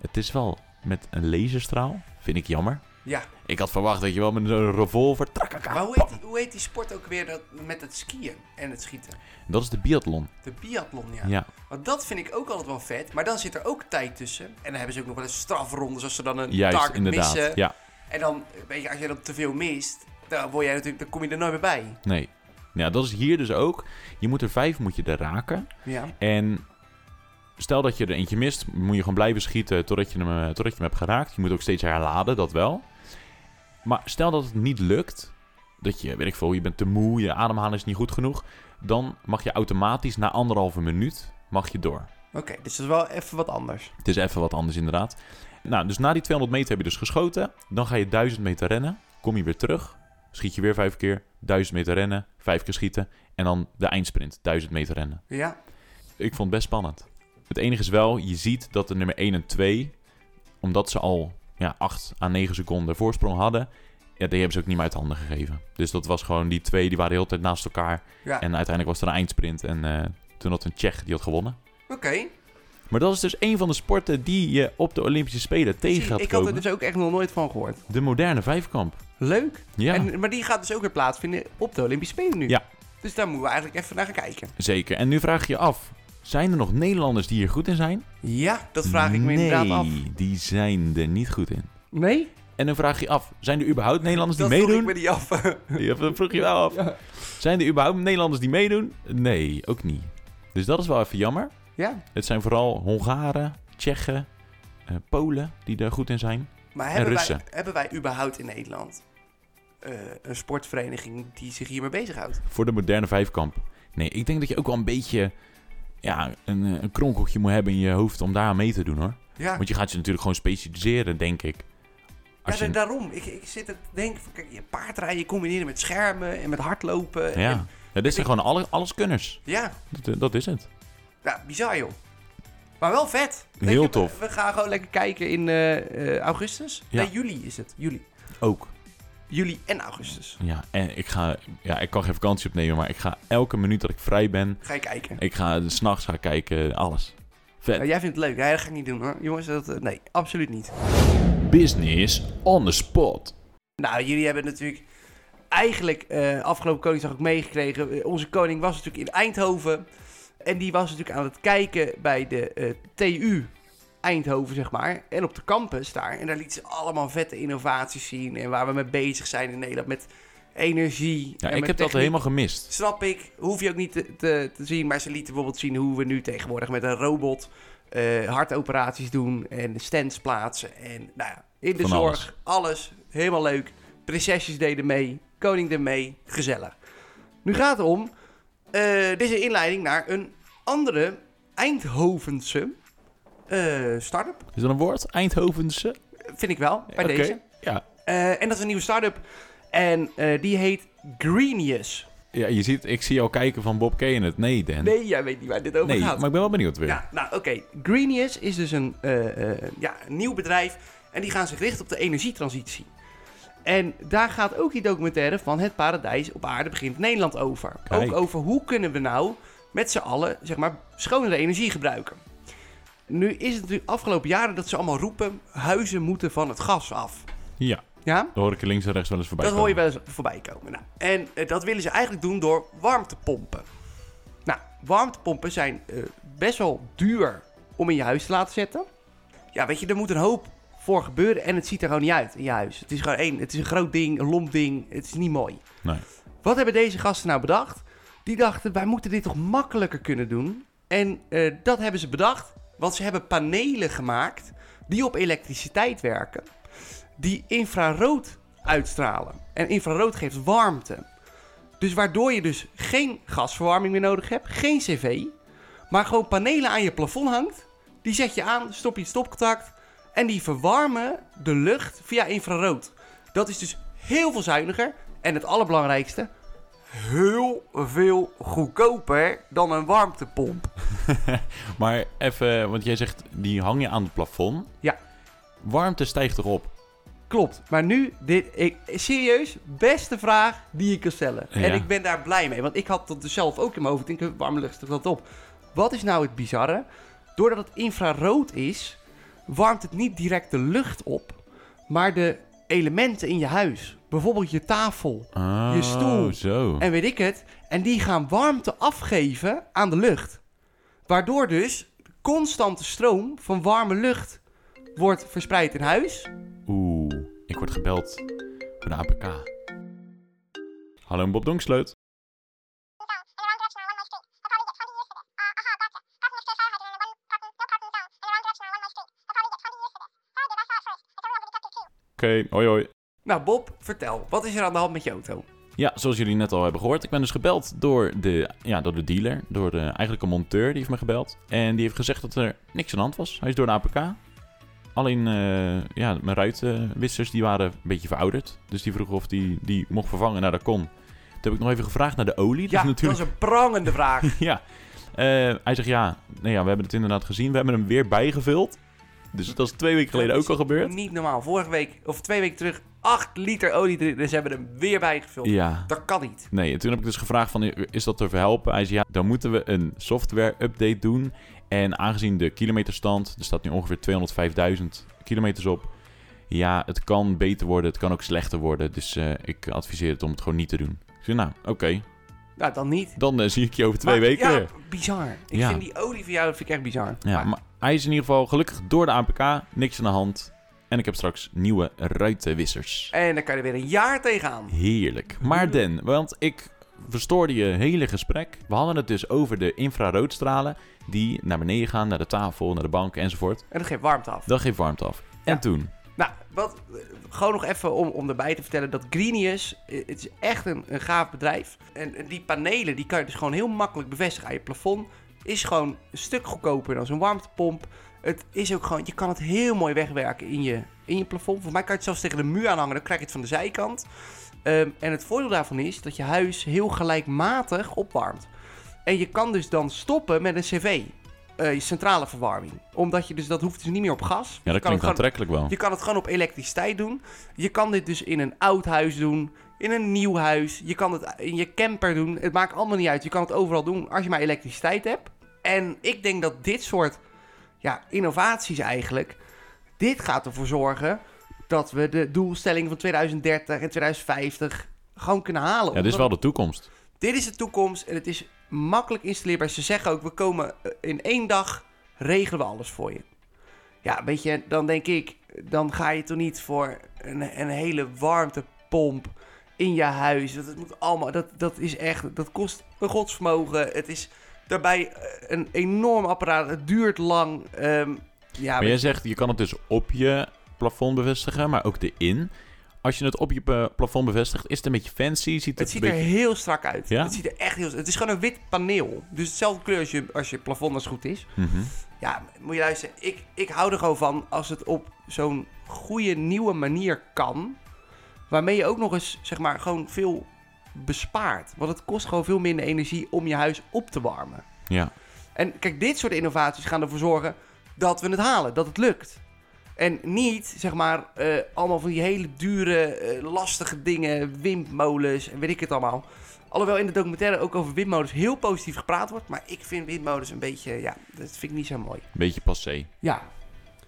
Speaker 2: Het is wel met een laserstraal, vind ik jammer.
Speaker 1: Ja.
Speaker 2: Ik had verwacht dat je wel met een revolver... trakaka,
Speaker 1: Maar hoe
Speaker 2: pam.
Speaker 1: heet, die, hoe heet die sport ook weer dat, met het skiën en het schieten?
Speaker 2: Dat is de biathlon.
Speaker 1: De biathlon, ja.
Speaker 2: Ja.
Speaker 1: Want dat vind ik ook altijd wel vet. Maar dan zit er ook tijd tussen. En dan hebben ze ook nog wel eens strafrondes als ze dan een
Speaker 2: juist,
Speaker 1: target
Speaker 2: inderdaad.
Speaker 1: missen.
Speaker 2: Ja,
Speaker 1: En dan, weet je, als je dat te veel mist, dan, word jij natuurlijk, dan kom je er nooit meer bij.
Speaker 2: nee. Ja, dat is hier dus ook. Je moet er vijf moet je er raken.
Speaker 1: Ja.
Speaker 2: En stel dat je er eentje mist, moet je gewoon blijven schieten totdat je hem, eh, totdat je hem hebt geraakt. Je moet ook steeds herladen, dat wel. Maar stel dat het niet lukt, dat je, weet ik veel, je bent te moe, je ademhaling is niet goed genoeg, dan mag je automatisch na anderhalve minuut mag je door.
Speaker 1: Oké, dus dat is wel even wat anders.
Speaker 2: Het is even wat anders inderdaad. Nou, dus na die 200 meter heb je dus geschoten. Dan ga je 1000 meter rennen. Kom je weer terug. Schiet je weer vijf keer. 1000 meter rennen. Vijf keer schieten. En dan de eindsprint. 1000 meter rennen.
Speaker 1: Ja.
Speaker 2: Ik vond het best spannend. Het enige is wel, je ziet dat de nummer 1 en 2, omdat ze al ja, 8 à 9 seconden voorsprong hadden, ja, die hebben ze ook niet meer uit handen gegeven. Dus dat was gewoon die twee, die waren de hele tijd naast elkaar.
Speaker 1: Ja.
Speaker 2: En uiteindelijk was er een eindsprint en eh, toen had een Tsjech die had gewonnen.
Speaker 1: Oké.
Speaker 2: Maar dat is dus een van de sporten die je op de Olympische Spelen tegen
Speaker 1: Zie,
Speaker 2: gaat
Speaker 1: Ik had er
Speaker 2: komen.
Speaker 1: dus ook echt nog nooit van gehoord.
Speaker 2: De moderne vijfkamp.
Speaker 1: Leuk.
Speaker 2: Ja,
Speaker 1: En, maar die gaat dus ook weer plaatsvinden op de Olympische Spelen nu.
Speaker 2: Ja.
Speaker 1: Dus daar moeten we eigenlijk even naar gaan kijken.
Speaker 2: zeker. En nu vraag je je af, zijn er nog Nederlanders die hier goed in zijn?
Speaker 1: Ja, dat vraag ik me
Speaker 2: nee,
Speaker 1: inderdaad af.
Speaker 2: die zijn er niet goed in.
Speaker 1: Nee?
Speaker 2: En dan vraag je je af, zijn er überhaupt Nederlanders
Speaker 1: Dat
Speaker 2: die
Speaker 1: vroeg ik
Speaker 2: meedoen?
Speaker 1: me niet af.
Speaker 2: Ja, dat vroeg je wel af. Zijn er überhaupt Nederlanders die meedoen? Nee, ook niet. Dus dat is wel even jammer.
Speaker 1: Ja,
Speaker 2: Het zijn vooral Hongaren, Tsjechen, eh, Polen die er goed in zijn.
Speaker 1: maar hebben wij,
Speaker 2: Russen.
Speaker 1: hebben wij überhaupt in Nederland eh, een sportvereniging die zich hiermee bezighoudt?
Speaker 2: Voor de moderne vijfkamp. Nee, ik denk dat je ook wel een beetje ja, een, eh, een kronkeltje moet hebben in je hoofd om daar aan mee te doen hoor.
Speaker 1: Ja,
Speaker 2: Want je gaat ze natuurlijk gewoon specialiseren, denk ik. Als
Speaker 1: ja
Speaker 2: je,
Speaker 1: daarom. Ik, ik zit te denken, van, kijk, je paardrijden combineren met schermen en met hardlopen.
Speaker 2: ja.
Speaker 1: en-
Speaker 2: ja, dit zijn gewoon alle, alleskunners.
Speaker 1: ja.
Speaker 2: Dat, dat is het.
Speaker 1: Ja, bizar joh. Maar wel vet. Weet
Speaker 2: Heel
Speaker 1: je, we-
Speaker 2: tof.
Speaker 1: We, gaan gewoon lekker kijken in eh, eh, augustus.
Speaker 2: Ja.
Speaker 1: Nee, juli is het. Juli.
Speaker 2: Ook.
Speaker 1: Juli en augustus.
Speaker 2: Ja, en ik ga... Ja, ik kan geen vakantie opnemen, maar ik ga elke minuut dat ik vrij ben...
Speaker 1: Ga je kijken.
Speaker 2: Ik ga s'nachts gaan kijken, alles. Vet.
Speaker 1: Nou, jij vindt het leuk. Ja, dat ga ik niet doen hoor. Jongens, dat, eh, nee, absoluut niet.
Speaker 2: Business on the spot.
Speaker 1: Nou, jullie hebben natuurlijk eigenlijk eh, afgelopen Koningsdag ook meegekregen. Eh, Onze koning was natuurlijk in Eindhoven. En die was natuurlijk aan het kijken bij de eh, TU Eindhoven, zeg maar. En op de campus daar. En daar liet ze allemaal vette innovaties zien. En waar we mee bezig zijn in Nederland. Met energie.
Speaker 2: Ja,
Speaker 1: en
Speaker 2: ik
Speaker 1: met
Speaker 2: heb dat
Speaker 1: techniek.
Speaker 2: helemaal gemist.
Speaker 1: Snap ik, hoef je ook niet te, te, te zien. Maar ze lieten bijvoorbeeld zien hoe we nu tegenwoordig met een robot eh, hartoperaties doen en stands plaatsen. En nou ja, in de
Speaker 2: Van
Speaker 1: zorg, alles. Helemaal leuk. Prinsesjes deden mee, koning deed mee, gezellig. Nu gaat het om, eh, dit is een inleiding naar een andere Eindhovense eh start-up.
Speaker 2: Is dat een woord? Eindhovense?
Speaker 1: Vind ik wel, bij
Speaker 2: Oké.
Speaker 1: deze.
Speaker 2: Ja.
Speaker 1: Eh, en dat is een nieuwe start-up. En eh, die heet Greenius.
Speaker 2: ja, je ziet, ik zie jou kijken van Bob Kane het. Nee, Dan.
Speaker 1: Nee, jij weet niet waar dit over
Speaker 2: Nee,
Speaker 1: gaat.
Speaker 2: maar ik ben wel benieuwd weer.
Speaker 1: Ja, nou oké. Greenius is dus een, eh, eh, ja, een nieuw bedrijf. En die gaan zich richten op de energietransitie. En daar gaat ook die documentaire van Het Paradijs op Aarde begint Nederland over.
Speaker 2: Kijk.
Speaker 1: Ook over hoe kunnen we nou met z'n allen, zeg maar, schonere energie gebruiken. Nu is het natuurlijk afgelopen jaren dat ze allemaal roepen: huizen moeten van het gas af.
Speaker 2: Ja,
Speaker 1: Ja?
Speaker 2: dan hoor ik er links en rechts wel eens voorbij
Speaker 1: Dat hoor je
Speaker 2: komen.
Speaker 1: wel eens voorbij komen. Nou, en eh, dat willen ze eigenlijk doen door warmtepompen. Nou, warmtepompen zijn eh, best wel duur om in je huis te laten zetten. Ja, weet je, er moet een hoop voor gebeuren en het ziet er gewoon niet uit in je huis. Het is gewoon één, het is een groot ding, een lomp ding, het is niet mooi.
Speaker 2: Nee.
Speaker 1: Wat hebben deze gasten nou bedacht? Die dachten, wij moeten dit toch makkelijker kunnen doen? En eh, dat hebben ze bedacht, want ze hebben panelen gemaakt die op elektriciteit werken, die infrarood uitstralen. En infrarood geeft warmte. Dus waardoor je dus geen gasverwarming meer nodig hebt, geen cv, maar gewoon panelen aan je plafond hangt. Die zet je aan, stop je in het stopcontact en die verwarmen de lucht via infrarood. Dat is dus heel veel zuiniger en het allerbelangrijkste, heel veel goedkoper dan een warmtepomp.
Speaker 2: Maar even, want jij zegt, die hang je aan het plafond.
Speaker 1: Ja.
Speaker 2: Warmte stijgt erop.
Speaker 1: Klopt, maar nu, dit, ik, serieus, beste vraag die je kan stellen. En
Speaker 2: Ja.
Speaker 1: ik ben daar blij mee, want ik had dat dus zelf ook in mijn hoofd. Ik denk, warme lucht, dat op. Wat is nou het bizarre? Doordat het infrarood is, warmt het niet direct de lucht op, maar de elementen in je huis. Bijvoorbeeld je tafel,
Speaker 2: Oh,
Speaker 1: Je stoel.
Speaker 2: zo.
Speaker 1: en weet ik het. En die gaan warmte afgeven aan de lucht. Waardoor dus de constante stroom van warme lucht wordt verspreid in huis.
Speaker 2: Oeh, ik word gebeld door de APK. Hallo, Bob Donksleut. Oké, hoi hoi.
Speaker 1: Nou Bob, vertel, wat is er aan de hand met je auto?
Speaker 2: Ja, zoals jullie net al hebben gehoord, ik ben dus gebeld door de, ja, door de dealer, door de, eigenlijk een monteur, die heeft me gebeld. En die heeft gezegd dat er niks aan de hand was. Hij is door de APK. Alleen eh, ja, mijn ruitwissers die waren een beetje verouderd. Dus die vroeg of die, die mocht vervangen. Nou, dat kon. Toen heb ik nog even gevraagd naar de olie. Dat
Speaker 1: Ja,
Speaker 2: is natuurlijk...
Speaker 1: dat is een prangende vraag.
Speaker 2: ja. Eh, hij zegt ja, nee, ja, we hebben het inderdaad gezien. We hebben hem weer bijgevuld. Dus dat is twee weken geleden
Speaker 1: Dat
Speaker 2: ook al
Speaker 1: is
Speaker 2: gebeurd.
Speaker 1: Niet normaal. Vorige week, of twee weken terug, 8 liter olie erin. En ze hebben hem weer bijgevuld.
Speaker 2: Ja.
Speaker 1: Dat kan niet.
Speaker 2: Nee, en toen heb ik dus gevraagd van, is dat te verhelpen? Hij zei, ja, dan moeten we een software-update doen. En aangezien de kilometerstand, er staat nu ongeveer 205.000 kilometers op. Ja, het kan beter worden, het kan ook slechter worden. Dus eh, ik adviseer het om het gewoon niet te doen. Ik zei, nou, oké.
Speaker 1: Nou, dan niet.
Speaker 2: Dan eh, zie ik je over twee
Speaker 1: Maar-
Speaker 2: weken weer.
Speaker 1: Ja, bizar. Ik
Speaker 2: Ja.
Speaker 1: vind die olie van jou, dat vind ik echt bizar.
Speaker 2: Ja, maar hij is in ieder geval gelukkig door de APK, niks aan de hand. En ik heb straks nieuwe ruitenwissers.
Speaker 1: En dan kan je er weer een jaar tegenaan.
Speaker 2: Heerlijk. Maar Den, want ik verstoorde je hele gesprek. We hadden het dus over de infraroodstralen die naar beneden gaan, naar de tafel, naar de bank enzovoort.
Speaker 1: En dat geeft warmte af.
Speaker 2: Dat geeft warmte af. En
Speaker 1: Ja.
Speaker 2: toen?
Speaker 1: Nou, wat, eh, gewoon nog even om, om erbij te vertellen dat Greenius, eh, het is echt een, een gaaf bedrijf. En, en die panelen, die kan je dus gewoon heel makkelijk bevestigen aan je plafond. Is gewoon een stuk goedkoper dan zo'n warmtepomp. Het is ook gewoon, je kan het heel mooi wegwerken in je, in je plafond. Voor mij kan je het zelfs tegen de muur aanhangen, dan krijg je het van de zijkant. Ehm, en het voordeel daarvan is dat je huis heel gelijkmatig opwarmt. En je kan dus dan stoppen met een cv, eh, je centrale verwarming. Omdat je dus, dat hoeft dus niet meer op gas.
Speaker 2: Ja,
Speaker 1: Je
Speaker 2: dat
Speaker 1: kan het
Speaker 2: klinkt
Speaker 1: gewoon
Speaker 2: aantrekkelijk wel.
Speaker 1: je kan het gewoon op elektriciteit doen. Je kan dit dus in een oud huis doen, in een nieuw huis. Je kan het in je camper doen. Het maakt allemaal niet uit. Je kan het overal doen als je maar elektriciteit hebt. En ik denk dat dit soort ja, innovaties eigenlijk, dit gaat ervoor zorgen dat we de doelstellingen van 2030 en 2050 gewoon kunnen halen.
Speaker 2: Ja, dit is wel de toekomst.
Speaker 1: Dit is de toekomst en het is makkelijk installeerbaar. Ze zeggen ook, we komen eh, in één dag, regelen we alles voor je. Ja, weet je, dan denk ik, dan ga je toch niet voor een, een hele warmtepomp in je huis. Dat, dat moet allemaal, dat, dat is echt, dat kost een godsvermogen. Het is daarbij eh, een enorm apparaat, het duurt lang. Ehm, ja,
Speaker 2: Maar jij zegt, je kan het dus op je plafond bevestigen, maar ook de in. Als je het op je eh, plafond bevestigt, is het een beetje fancy. Ziet het,
Speaker 1: Het ziet
Speaker 2: een
Speaker 1: er
Speaker 2: beetje...
Speaker 1: heel strak uit.
Speaker 2: Ja?
Speaker 1: Het ziet er echt heel. Het is gewoon een wit paneel. Dus hetzelfde kleur als je, als je plafond als het goed is.
Speaker 2: Mhm.
Speaker 1: Ja, moet je luisteren. Ik, ik hou er gewoon van als het op zo'n goede nieuwe manier kan. Waarmee je ook nog eens, zeg maar, gewoon veel bespaart. Want het kost gewoon veel minder energie om je huis op te warmen.
Speaker 2: Ja,
Speaker 1: En kijk, dit soort innovaties gaan ervoor zorgen dat we het halen, dat het lukt. En niet, zeg maar, eh, allemaal van die hele dure, eh, lastige dingen, windmolens en weet ik het allemaal. Alhoewel in de documentaire ook over windmolens heel positief gepraat wordt. Maar ik vind windmolens een beetje, ja, dat vind ik niet zo mooi.
Speaker 2: een beetje passé.
Speaker 1: Ja.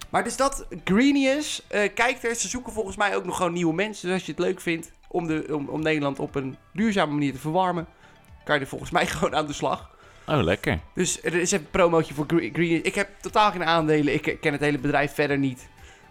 Speaker 1: Maar dus dat, Greenius, eh kijk er, ze zoeken volgens mij ook nog gewoon nieuwe mensen. Dus als je het leuk vindt om, de, om, om Nederland op een duurzame manier te verwarmen, kan je er volgens mij gewoon aan de slag.
Speaker 2: Oh, lekker.
Speaker 1: Dus er is even een promotje voor Gre- Greenius. Ik heb totaal geen aandelen, ik eh, ken het hele bedrijf verder niet.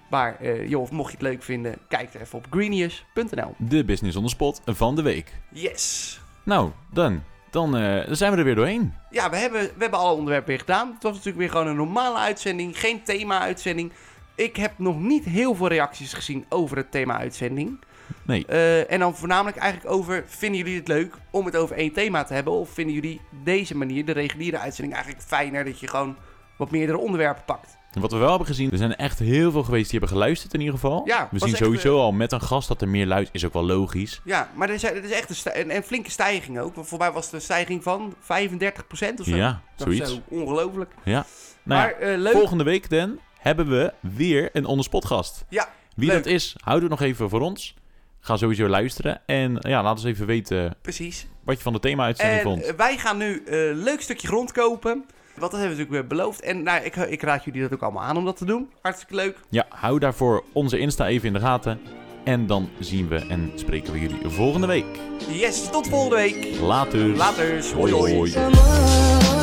Speaker 1: Maar eh, joh, mocht je het leuk vinden, kijk er even op greenius.nl.
Speaker 2: De business on the spot van de week.
Speaker 1: Yes!
Speaker 2: Nou, dan, dan eh, dan zijn we er weer doorheen.
Speaker 1: Ja, we hebben, we hebben alle onderwerpen weer gedaan. Het was natuurlijk weer gewoon een normale uitzending, geen thema-uitzending. Ik heb nog niet heel veel reacties gezien over het thema-uitzending.
Speaker 2: Nee.
Speaker 1: Eh, en dan voornamelijk eigenlijk over, vinden jullie het leuk om het over één thema te hebben? Of vinden jullie deze manier, de reguliere uitzending, eigenlijk fijner dat je gewoon wat meerdere onderwerpen pakt?
Speaker 2: En Wat we wel hebben gezien, er zijn echt heel veel geweest die hebben geluisterd in ieder geval.
Speaker 1: Ja,
Speaker 2: we
Speaker 1: was
Speaker 2: zien
Speaker 1: echt, eh,
Speaker 2: sowieso al met een gast dat er meer luistert. Is ook wel logisch.
Speaker 1: Ja, maar er is, er is echt een, stij- een, een flinke stijging ook. Want voor mij was het een stijging van 35% of zo.
Speaker 2: Ja,
Speaker 1: Dat is
Speaker 2: zoiets.
Speaker 1: zo ongelooflijk.
Speaker 2: Nou ja,
Speaker 1: maar eh, leuk.
Speaker 2: volgende week dan hebben we weer een onderspot gast.
Speaker 1: Ja,
Speaker 2: Wie
Speaker 1: leuk.
Speaker 2: dat is, houden we nog even voor ons. Ga sowieso luisteren. En eh, ja, laat ons even weten
Speaker 1: Precies.
Speaker 2: wat je van de thema-uitzending
Speaker 1: En
Speaker 2: vond.
Speaker 1: eh, wij gaan nu eh, een leuk stukje grond kopen. Want dat hebben we natuurlijk weer beloofd. En nou, ik, ik raad jullie dat ook allemaal aan om dat te doen. Hartstikke leuk.
Speaker 2: Ja, hou daarvoor onze Insta even in de gaten. En dan zien we en spreken we jullie volgende week.
Speaker 1: Yes, tot volgende week.
Speaker 2: Later.
Speaker 1: Later. Hoi hoi.
Speaker 2: hoi.
Speaker 3: Someone